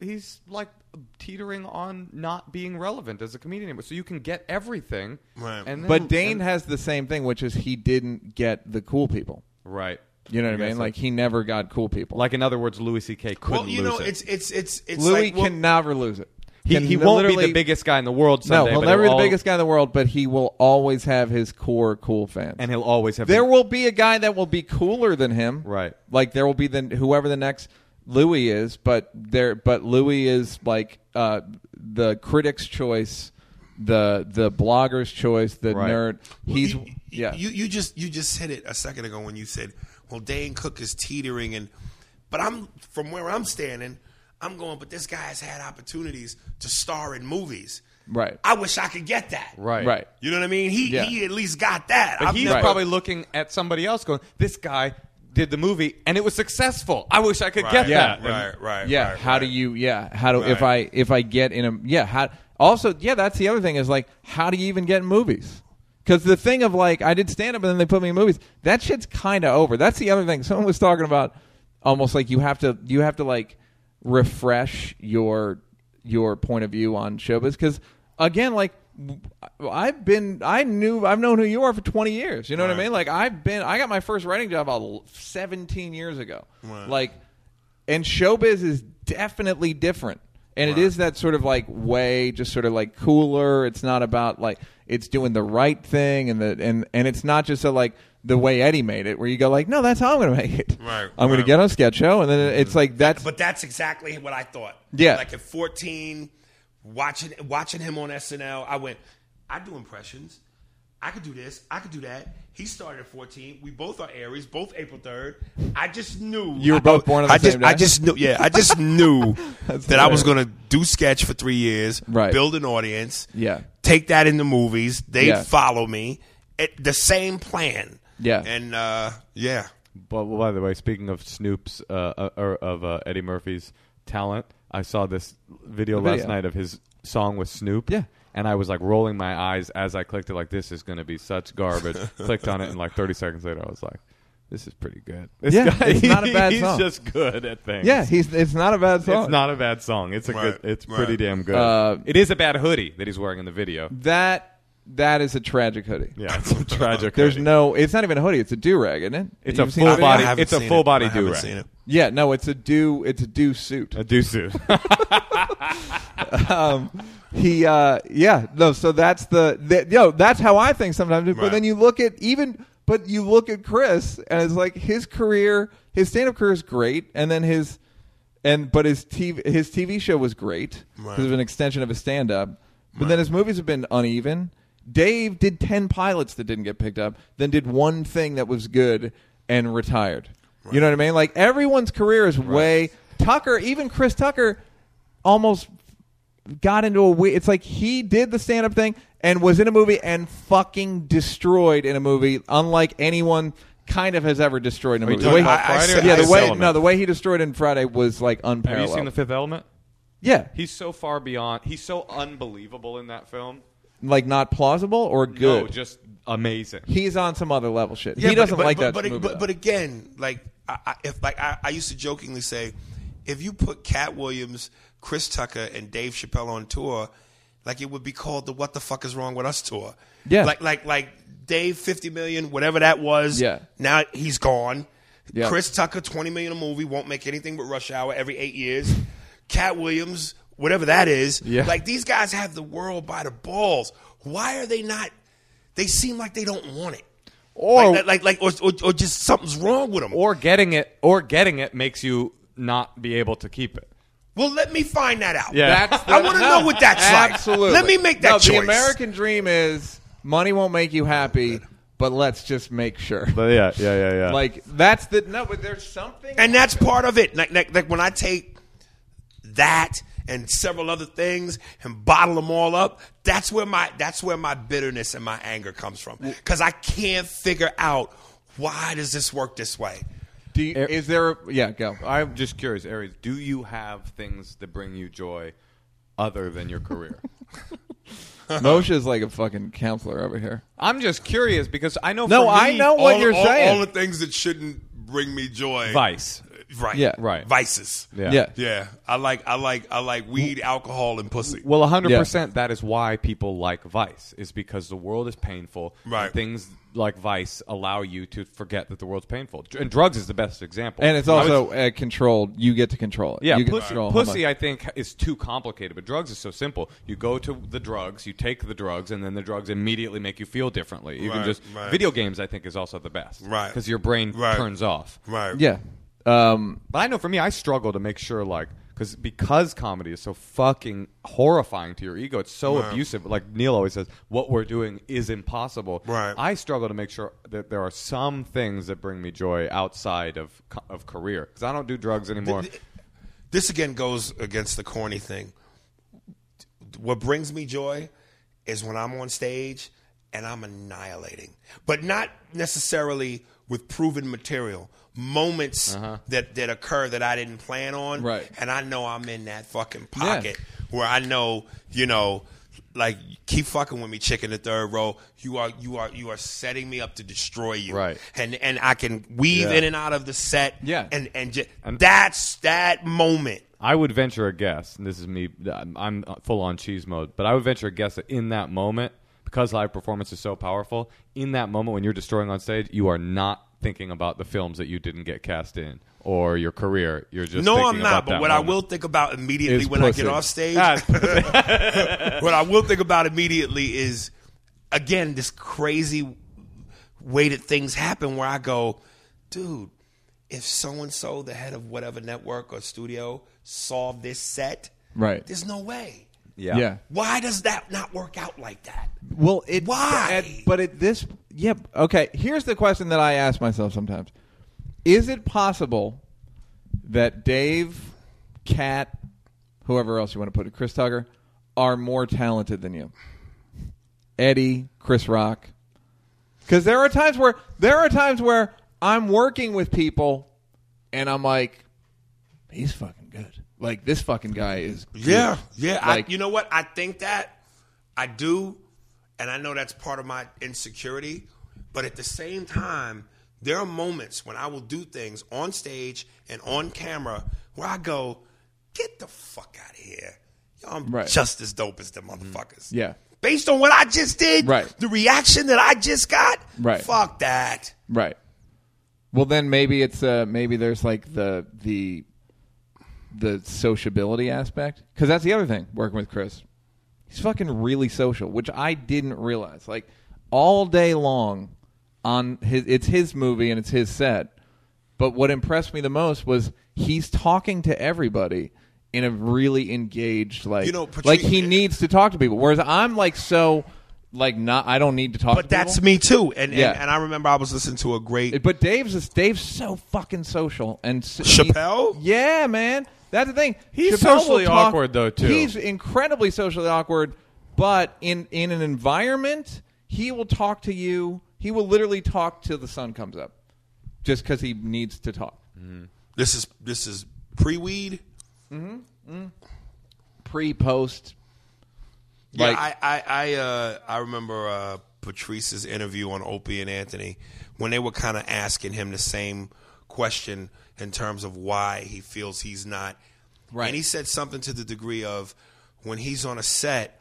S2: he's like teetering on not being relevant as a comedian anymore. So you can get everything,
S3: Right.
S2: And then,
S1: But Dane
S2: and-
S1: has the same thing, which is he didn't get the cool people.
S2: right?
S1: You know what I
S2: guess
S1: mean? Like
S2: that's-
S1: he never got cool people.
S2: like in other words, Louis C.K. couldn't
S3: well you
S2: lose
S3: know
S2: it.
S3: it's it's it's it's
S1: Louis
S3: like, well,
S1: can never lose it.
S2: he,
S1: Can
S2: he won't be
S1: literally-
S2: the biggest guy in the world.
S1: No,
S2: Someday,
S1: he'll
S2: but
S1: never be the
S2: all-
S1: biggest guy in the world, but he will always have his core cool fans.
S2: and he'll always have
S1: there will be a guy that will be cooler than him,
S2: Right.
S1: Like there will be the whoever the next Louis is, but there, but Louis is like uh, the critic's choice, the the blogger's choice, the
S2: Right.
S1: nerd. He's
S3: you,
S1: yeah.
S3: you you just you just hit it a second ago when you said well Dane Cook is teetering and but I'm from where I'm standing I'm going but this guy has had opportunities to star in movies
S1: Right.
S3: I wish I could get that
S2: right,
S1: right.
S3: you know what I mean he
S1: Yeah.
S3: he at least got that
S2: But
S3: I've
S2: he's
S3: never-
S2: probably looking at somebody else going, this guy did the movie and it was successful. I wish I could get
S3: right,
S2: that.
S3: right right
S1: yeah
S3: right,
S1: how do
S3: right.
S1: you yeah how do if i
S3: Right.
S1: if i get in a yeah how also yeah that's the other thing is like how do you even get in movies because the thing of like i did stand up and then they put me in movies that shit's kind of over that's the other thing someone was talking about almost like you have to you have to like refresh your your point of view on showbiz because again like i've been i knew i've known who you are for 20 years you know what i mean like i've been i got my first writing job about 17 years ago like and showbiz is definitely different and it is that sort of like way just sort of like cooler it's not about like it's doing the right thing and the and and it's not just a like the way eddie made it where you go like no that's how i'm gonna make it
S3: Right,
S1: i'm gonna
S3: right.
S1: get on sketch show and then it's like that's
S3: But that's exactly what I thought.
S1: Yeah.
S3: Like at 14, watching watching him on SNL, I went, I do impressions. I could do this. I could do that. He started at 14. We both are Aries, both April 3rd. I just knew.
S1: You were
S3: I
S1: both
S3: know-
S1: born on the
S3: I just,
S1: same day?
S3: I just knew. Yeah,
S1: <laughs>
S3: I just knew that I
S1: hilarious.
S3: was going to do sketch for three years,
S1: Right.
S3: build an audience,
S1: Yeah.
S3: take that into movies. They'd
S1: Yeah.
S3: follow me. It, the same plan.
S1: Yeah.
S3: And, uh, yeah.
S2: But well, by the way, speaking of Snoop's uh, uh, or of uh, Eddie Murphy's talent, I saw this video
S1: The
S2: last
S1: video.
S2: night of his song with Snoop.
S1: Yeah.
S2: And I was like rolling my eyes as I clicked it, like this is going to be such
S1: <laughs>
S2: garbage. Clicked on it, and like 30 seconds later, I was like, "This is pretty good." <laughs> This
S1: Yeah, it's not a bad
S2: he's
S1: song.
S2: just good at things.
S1: yeah he's it's not a bad song
S2: It's not a bad song. It's a
S3: Right,
S2: good. It's
S3: right.
S2: pretty damn good.
S1: Uh,
S2: it is a bad hoodie that he's wearing in
S1: <laughs>
S2: the video.
S1: that that is a tragic hoodie
S2: Yeah, it's a tragic.
S1: there's
S2: hoodie.
S1: no it's not even a hoodie it's a do-rag isn't it
S2: It's
S1: You've
S2: a
S1: seen the
S2: full
S1: video?
S2: body-
S3: I haven't
S2: it's a
S3: seen
S2: full
S3: it.
S2: body
S3: I haven't
S2: do-rag.
S3: seen it.
S1: yeah no it's a do it's a do suit <laughs>
S2: a do suit.
S1: he uh yeah no so that's the, that yo that's how i think sometimes but
S3: Right.
S1: then you look at even but you look at chris and it's like his career his stand-up career is great and then his and but his tv his tv show was great because
S3: Right.
S1: it was an extension of his stand-up but then his movies have been uneven Dave did 10 pilots that didn't get picked up, then did one thing that was good and retired. You know what I mean? Like everyone's career is way Tucker, even Chris Tucker almost got into a we- it's like he did the stand up thing and was in a movie and fucking destroyed in a movie unlike anyone kind of has ever destroyed in a movie. The
S2: talking
S1: way he-
S2: about Friday or
S1: yeah, the
S2: Fifth
S1: way
S2: Element?
S1: no, the way he destroyed in Friday was like
S2: Have
S1: unparalleled.
S2: you seen The Fifth Element?
S1: yeah,
S2: He's so far beyond. He's so unbelievable in that film.
S1: like not plausible or good.
S2: No, just amazing.
S1: He's on some other level shit.
S3: Yeah,
S1: he
S3: but-
S1: doesn't
S3: but-
S1: like
S3: but,
S1: that
S3: But,
S1: movie.
S3: but,
S1: though.
S3: but again, like I, I, if like I, I used to jokingly say, if you put Cat Williams, Chris Tucker, and Dave Chappelle on tour, like it would be called the "What the fuck is wrong with us" tour.
S1: Yeah.
S3: like like like Dave fifty million, whatever that was.
S1: Yeah.
S3: now he's gone.
S1: Yeah.
S3: Chris Tucker twenty million a movie won't make anything but Rush Hour every eight years. Cat Williams, whatever that is.
S1: Yeah.
S3: like these guys have the world by the balls. Why are they not? They seem like they don't want it
S1: Or-
S3: like like, like or, or, or just something's wrong with them.
S2: or getting it, or getting it makes you not be able to keep it.
S3: well, let me find that out.
S2: Yeah.
S1: That's
S3: I wanna know what that's like.
S1: Absolutely.
S3: Let me make that
S1: no, The
S3: choice.
S1: American dream is money won't make you happy, but let's just make sure.
S2: But yeah, yeah, yeah, yeah.
S1: Like that's the no, but there's something.
S3: and that's part of it. Like, like like when I take that and several other things and bottle them all up, that's where my that's where my bitterness and my anger comes from because I can't figure out why does this work this way.
S1: Do you, is there? a- Yeah,
S3: <laughs>
S1: go.
S2: I'm just curious, Aries. Do you have things that bring you joy other than your <laughs> career?
S1: Moshe is like a fucking counselor over here.
S2: I'm just curious because I know.
S1: No,
S2: for me,
S1: I know what
S3: all,
S1: you're
S3: all-
S1: saying.
S3: all the things that shouldn't bring me joy. Uh,
S2: Vice.
S3: Right.
S1: Yeah.
S2: Right.
S3: Vices.
S2: Yeah.
S1: yeah.
S3: Yeah. I like I like I like weed, alcohol, and pussy.
S2: Well, 100% that is why people like Vice, is because the world is painful. and
S3: Right.
S2: Things like Vice allow you to forget that the world's painful. Dr- And drugs is the best example.
S1: And it's
S2: I was-
S1: also uh, controlled. You get to control it.
S2: yeah,
S1: you get to
S2: pussy,
S1: control how much.
S2: pussy I think, is too complicated, but drugs is so simple. You go to the drugs, you take the drugs, and then the drugs immediately make you feel differently. You can
S3: Right,
S2: just.
S3: right.
S2: Video games, I think, is also the best.
S3: Right.
S2: Because your brain
S3: Right.
S2: turns off.
S3: right.
S1: Yeah. Um,
S2: But I know for me, I struggle to make sure, like, because because comedy is so fucking horrifying to your ego. It's so abusive. Like Neil always says, what we're doing is impossible.
S3: Right.
S2: I struggle to make sure that there are some things that bring me joy outside of co- of career because I don't do drugs anymore.
S3: This again goes against the corny thing. What brings me joy is when I'm on stage and I'm annihilating, but not necessarily with proven material. Moments
S2: Uh-huh.
S3: that that occur that I didn't plan on,
S1: Right.
S3: And I know I'm in that fucking pocket where I know, you know, like keep fucking with me, chick in the third row. You are you are you are setting me up to destroy you,
S2: Right.
S3: And and I can weave
S2: Yeah.
S3: in and out of the set,
S1: Yeah.
S3: and and just
S2: And-
S3: that's that moment.
S2: I would venture a guess, and this is me, I'm- I'm full on cheese mode, but I would venture a guess that in that moment, because live performance is so powerful, in that moment when you're destroying on stage, you are not thinking about the films that you didn't get cast in or your career. You're just
S3: No,
S2: thinking
S3: I'm not.
S2: about
S3: But
S2: that
S3: what I
S2: moment.
S3: will think about immediately
S1: Is
S3: when I
S1: pussy.
S3: get off stage,
S2: Ah,
S3: <laughs> what I will think about immediately is again this crazy way that things happen where I go, dude, if so and so, the head of whatever network or studio, saw this set,
S1: Right.
S3: There's no way.
S1: yeah.
S3: Why does that not work out like that?
S1: Well, it
S3: Why?
S1: at- but at this, yeah. Okay, here's the question that I ask myself sometimes: Is it possible that Dave, Cat, whoever else you want to put it, Chris Tucker, are more talented than you? Eddie, Chris Rock, because there are times where there are times where I'm working with people, and I'm like, he's fucking good. Like this fucking guy is. good."
S3: Yeah, yeah.
S1: Like-
S3: I, you know what? I think that I do, and I know that's part of my insecurity. But at the same time, there are moments when I will do things on stage and on camera where I go, "Get the fuck out of here! Yo, I'm
S1: Right. Mm-hmm.
S3: just as dope as the motherfuckers."
S1: Yeah.
S3: Based on what I just did,
S1: Right.
S3: the reaction that I just got,
S1: Right.
S3: fuck that.
S1: Right. Well, then maybe it's uh, maybe there's like the the the sociability aspect because that's the other thing working with Chris. He's fucking really social, which I didn't realize. Like all day long on his it's his movie and it's his set. But what impressed me the most was he's talking to everybody in a really engaged like
S3: You know,
S1: like
S3: Patrice-
S1: he needs to talk to people whereas I'm like so like not. I don't need to talk.
S3: But
S1: to
S3: that's
S1: people.
S3: me too. And,
S1: Yeah.
S3: and and I remember I was listening to a great
S1: But Dave's is, Dave's so fucking social and s-
S3: Chappelle?
S1: he- yeah, man, that's the thing.
S2: He's
S1: Chappelle will
S2: socially
S1: talk-
S2: awkward, though, too.
S1: He's incredibly socially awkward, but in in an environment, he will talk to you. He will literally talk till the sun comes up, just because he needs to talk.
S3: this is this is pre weed.
S1: Pre post, <laughs>
S3: Yeah,
S1: like
S3: I I I, uh, I remember uh, Patrice's interview on Opie and Anthony when they were kind of asking him the same question in terms of why he feels he's not.
S1: Right.
S3: And he said something to the degree of when he's on a set,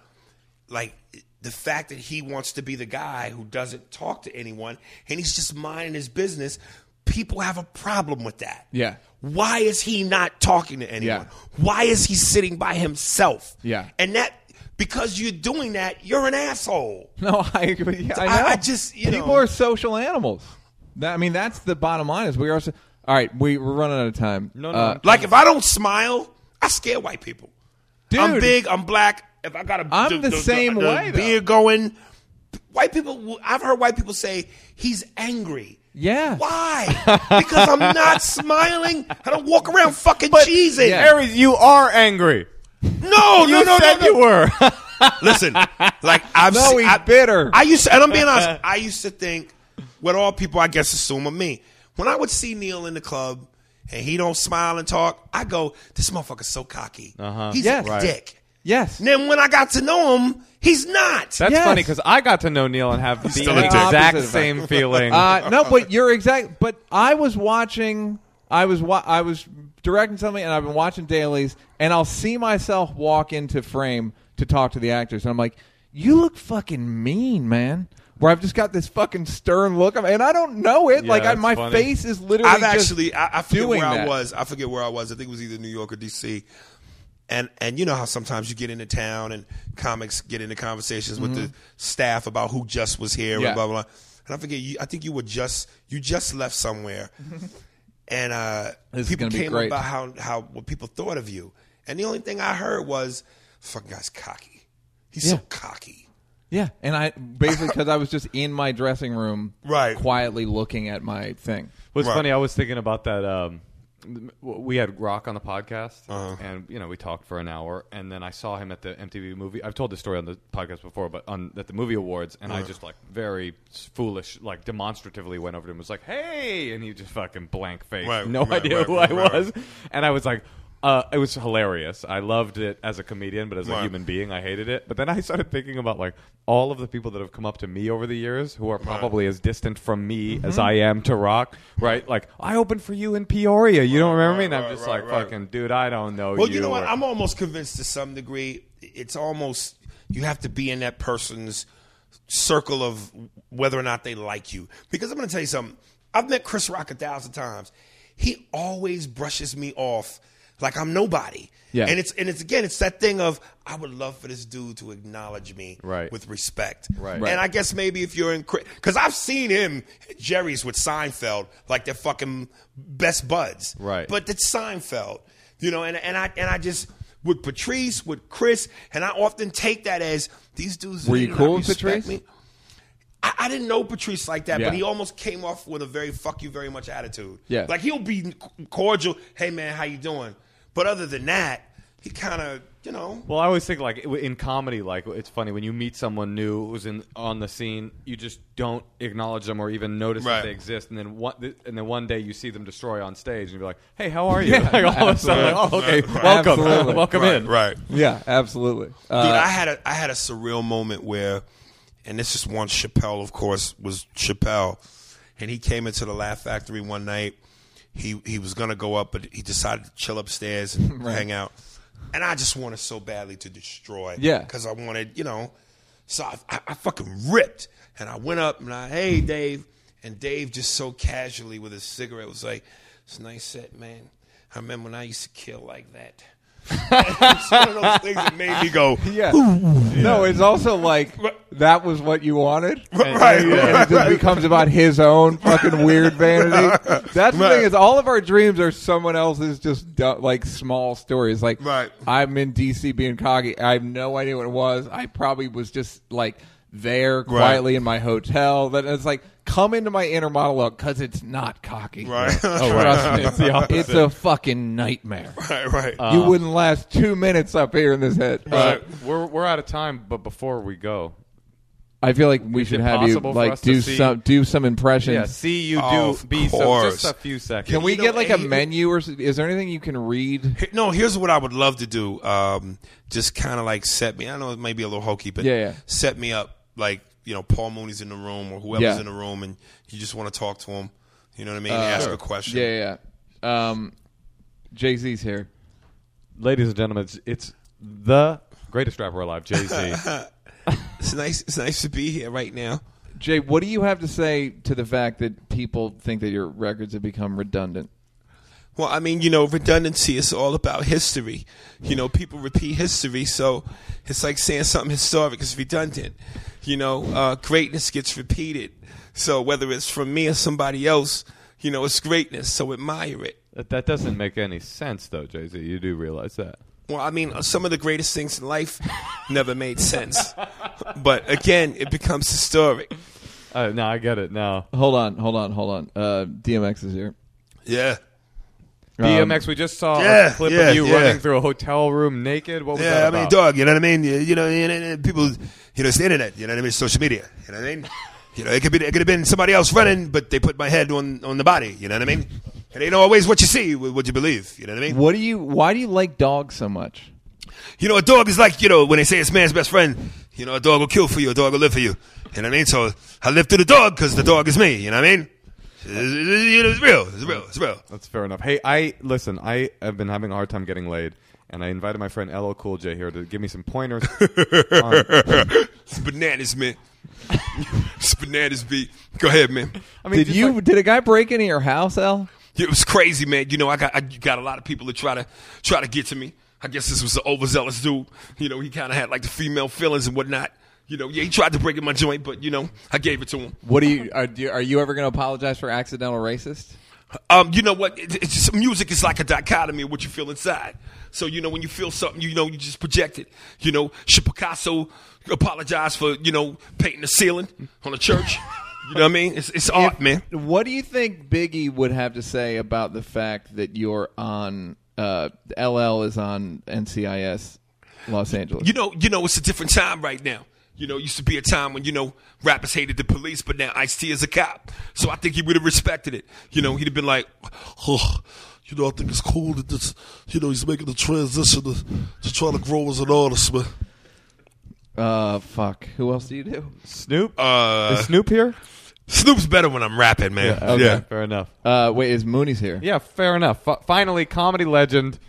S3: like the fact that he wants to be the guy who doesn't talk to anyone and he's just minding his business. People have a problem with that.
S1: Yeah.
S3: Why is he not talking to anyone?
S1: Yeah.
S3: Why is he sitting by himself?
S1: Yeah.
S3: And that because you're doing that, you're an asshole.
S1: No, I agree. Yeah, I,
S3: I-
S1: know.
S3: I just, you
S1: people
S3: know.
S1: are social animals. That, I mean, that's the bottom line. Is we are. So, all right, we, we're running out of time. Uh,
S2: No, no.
S3: Like if I don't smile, I scare white people. I'm
S1: Dude.
S3: big. I'm black. If I got a,
S1: I'm the same way, though.
S3: Beer going. White people. will- I've heard white people say he's angry.
S1: Yeah.
S3: Why?
S1: <laughs>
S3: because I'm not smiling. I don't walk around fucking cheesing.
S1: yeah.
S2: Aries, you are angry.
S3: No, no,
S2: You
S3: no,
S2: said
S3: no, no.
S2: you were.
S1: <laughs>
S3: Listen, like I've
S1: No,
S3: seen,
S1: he's
S3: I,
S1: bitter.
S3: I used to, and I'm being honest. I used to think what all people I guess assume of me. When I would see Neil in the club and he don't smile and talk, I go, "This motherfucker's so cocky. Uh-huh. He's
S1: Yes.
S3: a
S1: Right.
S3: dick."
S1: yes.
S3: And then when I got to know him, he's not.
S2: That's
S1: Yes.
S2: funny because I got to know Neil and have the
S3: still a dick.
S2: exact
S1: Opposite of <laughs>
S2: same feeling.
S1: Uh, no, but you're exact. But I was watching. I was wa- I was directing something, and I've been watching dailies, and I'll see myself walk into frame to talk to the actors, and I'm like, "You look fucking mean, man." Where I've just got this fucking stern look, of- and I don't know it.
S2: Yeah,
S1: like I,
S2: that's
S1: my
S2: funny.
S1: face is literally.
S3: I've
S1: just
S3: actually I, I forget
S1: doing
S3: where I
S1: that.
S3: was. I forget where I was. I think it was either New York or DC. And and you know how sometimes you get into town and comics get into conversations with the staff about who just was here
S1: Mm-hmm. Yeah.
S3: and blah blah. blah. And I forget you. I think you were just you just
S1: <laughs>
S3: left somewhere, and uh,
S1: This is
S3: people
S1: gonna be
S3: came up
S1: great.
S3: about how how what people thought of you. And the only thing I heard was, "Fucking guy's cocky. He's
S1: Yeah.
S3: so cocky."
S1: Yeah, and I basically because I was just in my dressing room,
S3: Right.
S1: quietly looking at my thing.
S2: What's
S3: Right.
S2: funny, I was thinking about that. Um, m- we had Rock on the podcast,
S3: Uh-huh.
S2: and you know we talked for an hour, and then I saw him at the MTV movie. I've told this story on the podcast before, but on at the movie awards, and I
S3: Uh-huh.
S2: just like very s- foolish, like demonstratively went over to him, and was like, "Hey," and he just fucking blank face,
S3: Right,
S2: no
S3: right,
S2: idea
S3: right,
S2: who
S3: right,
S2: I
S3: <laughs> right.
S2: was, and I was like. Uh, it was hilarious. I loved it as a comedian, but as a
S3: Right.
S2: human being, I hated it. But then I started thinking about like all of the people that have come up to me over the years who are probably as distant from me
S3: Mm-hmm.
S2: as I am to rock, right? Like I opened for you in Peoria. You don't remember me, and I'm
S3: right,
S2: just
S3: right,
S2: like,
S3: right.
S2: fucking dude, I don't know
S3: Well,
S2: you.
S3: you know what?
S2: or-
S3: I'm almost convinced to some degree. It's almost you have to be in that person's circle of whether or not they like you. Because I'm going to tell you something. I've met Chris Rock a thousand times. He always brushes me off like I'm nobody.
S1: Yeah.
S3: And it's and it's again it's that thing of I would love for this dude to acknowledge me
S2: Right.
S3: with respect.
S2: Right.
S3: And I guess maybe if you're in because I've seen him at Jerry's with Seinfeld like they're fucking best buds.
S2: Right.
S3: But it's Seinfeld, you know. And and I and I just with Patrice, with Chris, and I often take that as these dudes.
S1: Were you
S3: do not
S1: cool with
S3: respect
S1: Patrice?
S3: Me. I, I didn't know Patrice like that,
S1: Yeah.
S3: but he almost came off with a very "fuck you very much" attitude.
S1: Yeah.
S3: like he'll be cordial. Hey man, how you doing? But other than that, he kind of you know.
S2: Well, I always think like w- in comedy, like it's funny when you meet someone new who's in on the scene, you just don't acknowledge them or even notice
S3: Right.
S2: that they exist, and then one th- and then one day you see them destroy on stage, and you're like, "Hey, how <laughs> are you?" like all of a sudden, like, "Oh, okay,
S3: Right.
S2: welcome,
S1: Absolutely.
S2: welcome in."
S3: right.
S1: Yeah, absolutely. Uh,
S3: Dude, I had a I had a surreal moment where, and this is one Chappelle, of course, was Chappelle, and he came into the Laugh Factory one night. He he was gonna go up, but he decided to chill
S1: <laughs>
S3: upstairs and hang out. And I just wanted so badly to destroy,
S1: Yeah.
S3: because I wanted, you know. So I, I, I fucking ripped, and I went up and I, hey Dave, and Dave just so casually with his cigarette was like, "It's a nice set, man. I remember when I used to kill like that." <laughs> it's one of those things that made me go,
S1: yeah. No, it's
S3: <laughs>
S1: also like that was what you wanted.
S3: Right, right,
S1: And it just becomes about his own fucking weird vanity. That's the
S3: <laughs> Right.
S1: thing is, all of our dreams are someone else's just du- like small stories. Like,
S3: Right.
S1: I'm in DC being cocky. I have no idea what it was. I probably was just like there quietly in my hotel. That it's like come into my inner monologue because it's not cocky.
S3: Right.
S1: Oh, trust me, it's, a fucking nightmare.
S3: <laughs> Right, right.
S1: you wouldn't last two minutes up here in this head.
S2: Uh, we're we're out of time, but before we go,
S1: I feel like we
S2: Is
S1: should
S2: it
S1: have you
S2: possible for
S1: like
S2: us to
S1: do
S2: see-
S1: some do some impressions.
S2: yeah, see you do
S3: Of
S2: be so
S3: course.
S2: just a few seconds.
S1: Can we
S3: You know,
S1: get like a
S3: and-
S1: menu or s- is there anything you can read?
S3: Here- No, here's what I would love to do. Um, just kind of like set me. I know it may be a little hokey, but
S1: Yeah, yeah.
S3: set me up. Like you know, Paul Mooney's in the room or whoever's
S1: Yeah. Uh,
S3: in the room, and you just want to talk to him. You know what I mean? Ask a question.
S1: Yeah, yeah. yeah. Um, Jay Z's here.
S2: ladies and gentlemen? It's, it's the greatest rapper alive, Jay
S3: <laughs>
S2: Z.
S3: It's nice. It's nice to be here right now.
S1: Jay, what do you have to say to the fact that people think that your records have become redundant?
S3: Well, I mean, you know, redundancy is all about history. You know, people repeat history, so it's like saying something historic is redundant. You know, uh, greatness gets repeated. So whether it's from me or somebody else, you know, it's greatness. So admire it.
S2: that, that doesn't make any sense, though, Jay Z. You do realize that?
S3: Well, I mean, some of the greatest things in life <laughs> never made sense. But again, it becomes historic.
S2: Uh, no, I get it now.
S1: Hold on, hold on, hold on. Uh, DMX is here. Um,
S3: Yeah.
S2: DMX, we just saw
S3: yeah,
S2: a clip
S3: yeah,
S2: of you
S3: yeah.
S2: running through a hotel room naked. What was
S3: Yeah, I
S2: that
S3: mean,
S2: about?
S3: dog, you know what I mean? You, you know, you know, people, you know, it's the internet, you know what I mean? It's social media, you know what I mean? You know, it could be, it could have been somebody else running, but they put my head on, on the body, you know what I mean? It ain't always what you see, wh- what you believe, you know what I mean?
S1: What do you? Why do you like dogs so much?
S3: You know, a dog is like, you know, when they say it's man's best friend, you know, a dog will kill for you, a dog will live for you, you know what I mean? So I live through the dog because the dog is me, you know what I mean? It's, you know, it's real, it's real, it's real.
S2: That's fair enough. Hey, I listen. I have been having a hard time getting laid, and I invited my friend LL Cool J here to give me some pointers. on-
S3: It's bananas, man. <laughs> it's bananas, beat. Go ahead, man.
S2: I mean,
S1: Did
S2: just
S1: you?
S2: like-
S1: did a guy break into your house, Al?
S3: It was crazy, man. You know, I got I got a lot of people that try to try to get to me. I guess this was an overzealous dude. You know, he kind of had like the female feelings and whatnot. You know, yeah, he tried to break in my joint, but you know, I gave it to him.
S1: What do you? Are, do you, are you ever going to apologize for accidental racist?
S3: Um, you know what? It, it's just, music is like a dichotomy of what you feel inside. So you know, when you feel something, you know, you just project it. You know, should Picasso apologize for you know painting the ceiling on a church? You know what I mean? It's, it's art, man.
S1: What do you think Biggie would have to say about the fact that you're on uh, LL is on NCIS Los Angeles?
S3: you know, you know, it's a different time right now. You know, it used to be a time when you know rappers hated the police, but now Ice T is a cop. So I think he would have respected it. You know, he'd have been like,
S5: Ugh. You know, I think it's cool that this, you know, he's making the transition to, to try to grow as an artist, man.
S1: uh, fuck. Who else do you do?
S2: Snoop?
S3: uh,
S2: Is Snoop here?
S3: Snoop's better when I'm rapping, man. Yeah.
S2: fair enough.
S1: Uh, wait, is Mooney's here?
S2: Yeah, fair enough. F- finally, comedy legend,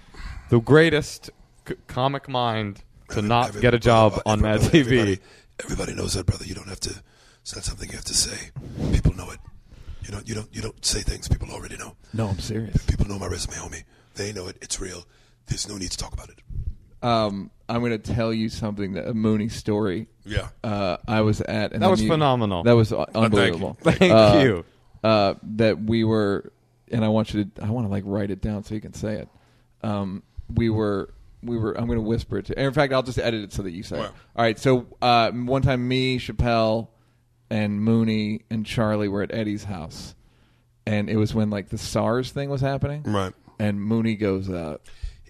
S2: the greatest c- comic mind to not
S5: Every-
S2: get a job on Mad
S5: everybody-
S2: TV.
S5: Everybody, everybody knows that, brother. You don't have to. It's not something you have to say. People know it. You don't. You don't. You don't say things people already know.
S1: No, I'm serious.
S5: People know my resume, homie. They know it. It's real. There's no need to talk about it.
S1: Um, I'm going to tell you something that a Mooney story.
S5: Yeah.
S1: Uh, I was at and
S2: That
S1: then
S2: was
S1: you-
S2: phenomenal.
S1: That was uh, unbelievable.
S2: Thank
S1: Uh,
S2: you. <laughs>
S1: Uh, that we were, and I want you to. I want to like write it down so you can say it. Um, we were. We were. I'm going to whisper it to. and in fact, I'll just edit it so that you say it.
S3: Wow.
S1: All right. So uh, one time, me, Chappelle, and Mooney and Charlie were at Eddie's house, and it was when like the SARS thing was happening.
S3: Right.
S1: And Mooney goes, uh,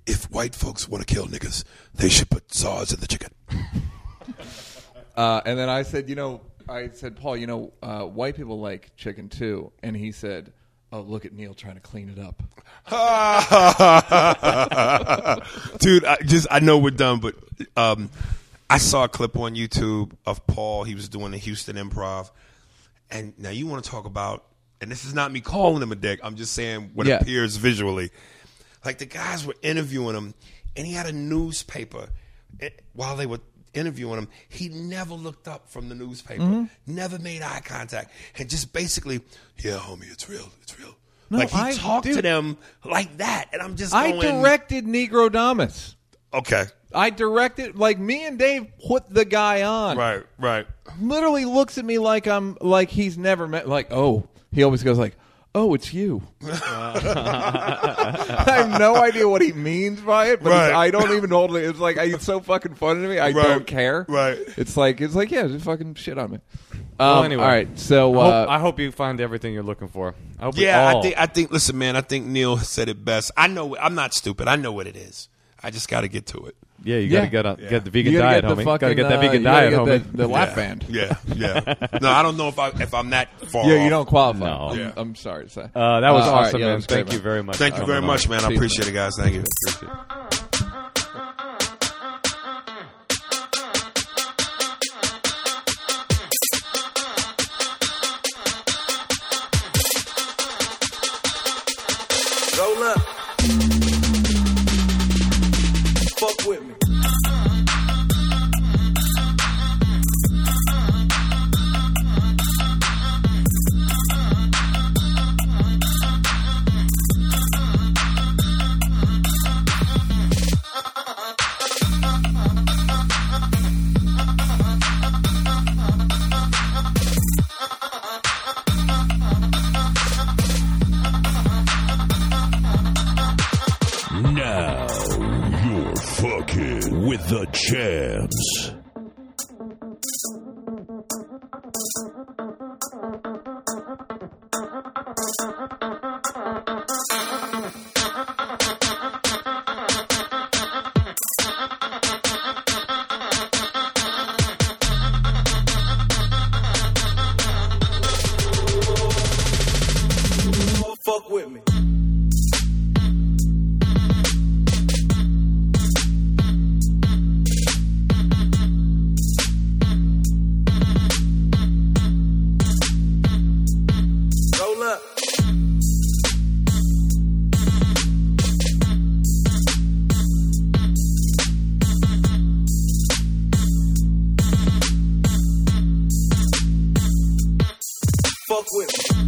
S5: If white folks want to kill niggas, they should put SARS in the chicken.
S1: Uh, and then I said, you know, I said, Paul, you know, uh, white people like chicken too. And he said, oh, look at Neil trying to clean it up.
S3: <laughs> Dude, I just I know we're done, but um, I saw a clip on YouTube of Paul. He was doing the Houston Improv, and now you want to talk about. And this is not me calling him a dick. I'm just saying what
S1: Yeah.
S3: appears visually. Like the guys were interviewing him, and he had a newspaper. And while they were interviewing him, he never looked up from the newspaper,
S1: Mm-hmm.
S3: never made eye contact, and just basically,
S5: Yeah, homie. It's real. It's real.
S3: like he
S1: I-
S3: talked to
S1: dude.
S3: them like that. And I'm just
S1: I
S3: going,
S1: directed Negro Damas.
S3: Okay.
S1: I directed, like, me and Dave put the guy on.
S3: Right, right.
S1: Literally looks at me like I'm, like he's never met, like, oh, he always goes like, "Oh, it's
S3: <laughs>
S1: you." I have no idea what he means by it, but it's-
S3: Right.
S1: I don't even hold it. It's like I, it's so fucking funny to me. I
S3: Right.
S1: don't care.
S3: Right.
S1: It's like it's like yeah, just fucking shit on me. Um,
S2: anyway.
S1: all right. So
S2: I,
S1: uh,
S2: hope, I hope you find everything you're looking for. I hope we
S3: Yeah,
S2: all-
S3: I think I think listen, man, I think Neil said it best. I know I'm not stupid. I know what it is. I just got to get to it.
S2: yeah, you
S1: Yeah.
S2: gotta get on, get the vegan
S1: you gotta
S2: diet,
S1: get
S2: homie.
S1: the fucking
S2: gotta get that
S1: uh,
S2: vegan
S1: you gotta
S2: diet,
S1: get
S2: homie.
S1: The, the lap band.
S3: Yeah, yeah. no, I don't know if I if I'm that far.
S1: Yeah,
S3: off.
S1: you don't qualify.
S2: Oh. No.
S1: I'm,
S3: Yeah.
S1: I'm sorry. to say.
S2: Uh, that was
S1: all right,
S2: awesome,
S1: yeah, it
S2: man.
S1: was great,
S2: Thank you very much.
S3: Thank you
S2: I
S3: very
S2: don't
S3: much,
S2: know.
S3: man. I
S1: Peace,
S3: appreciate it, guys. Thank you.
S6: Roll up. Fuck with me.
S4: Now you're fucking with the champs.
S6: Fuck with me. Roll up. Fuck with me.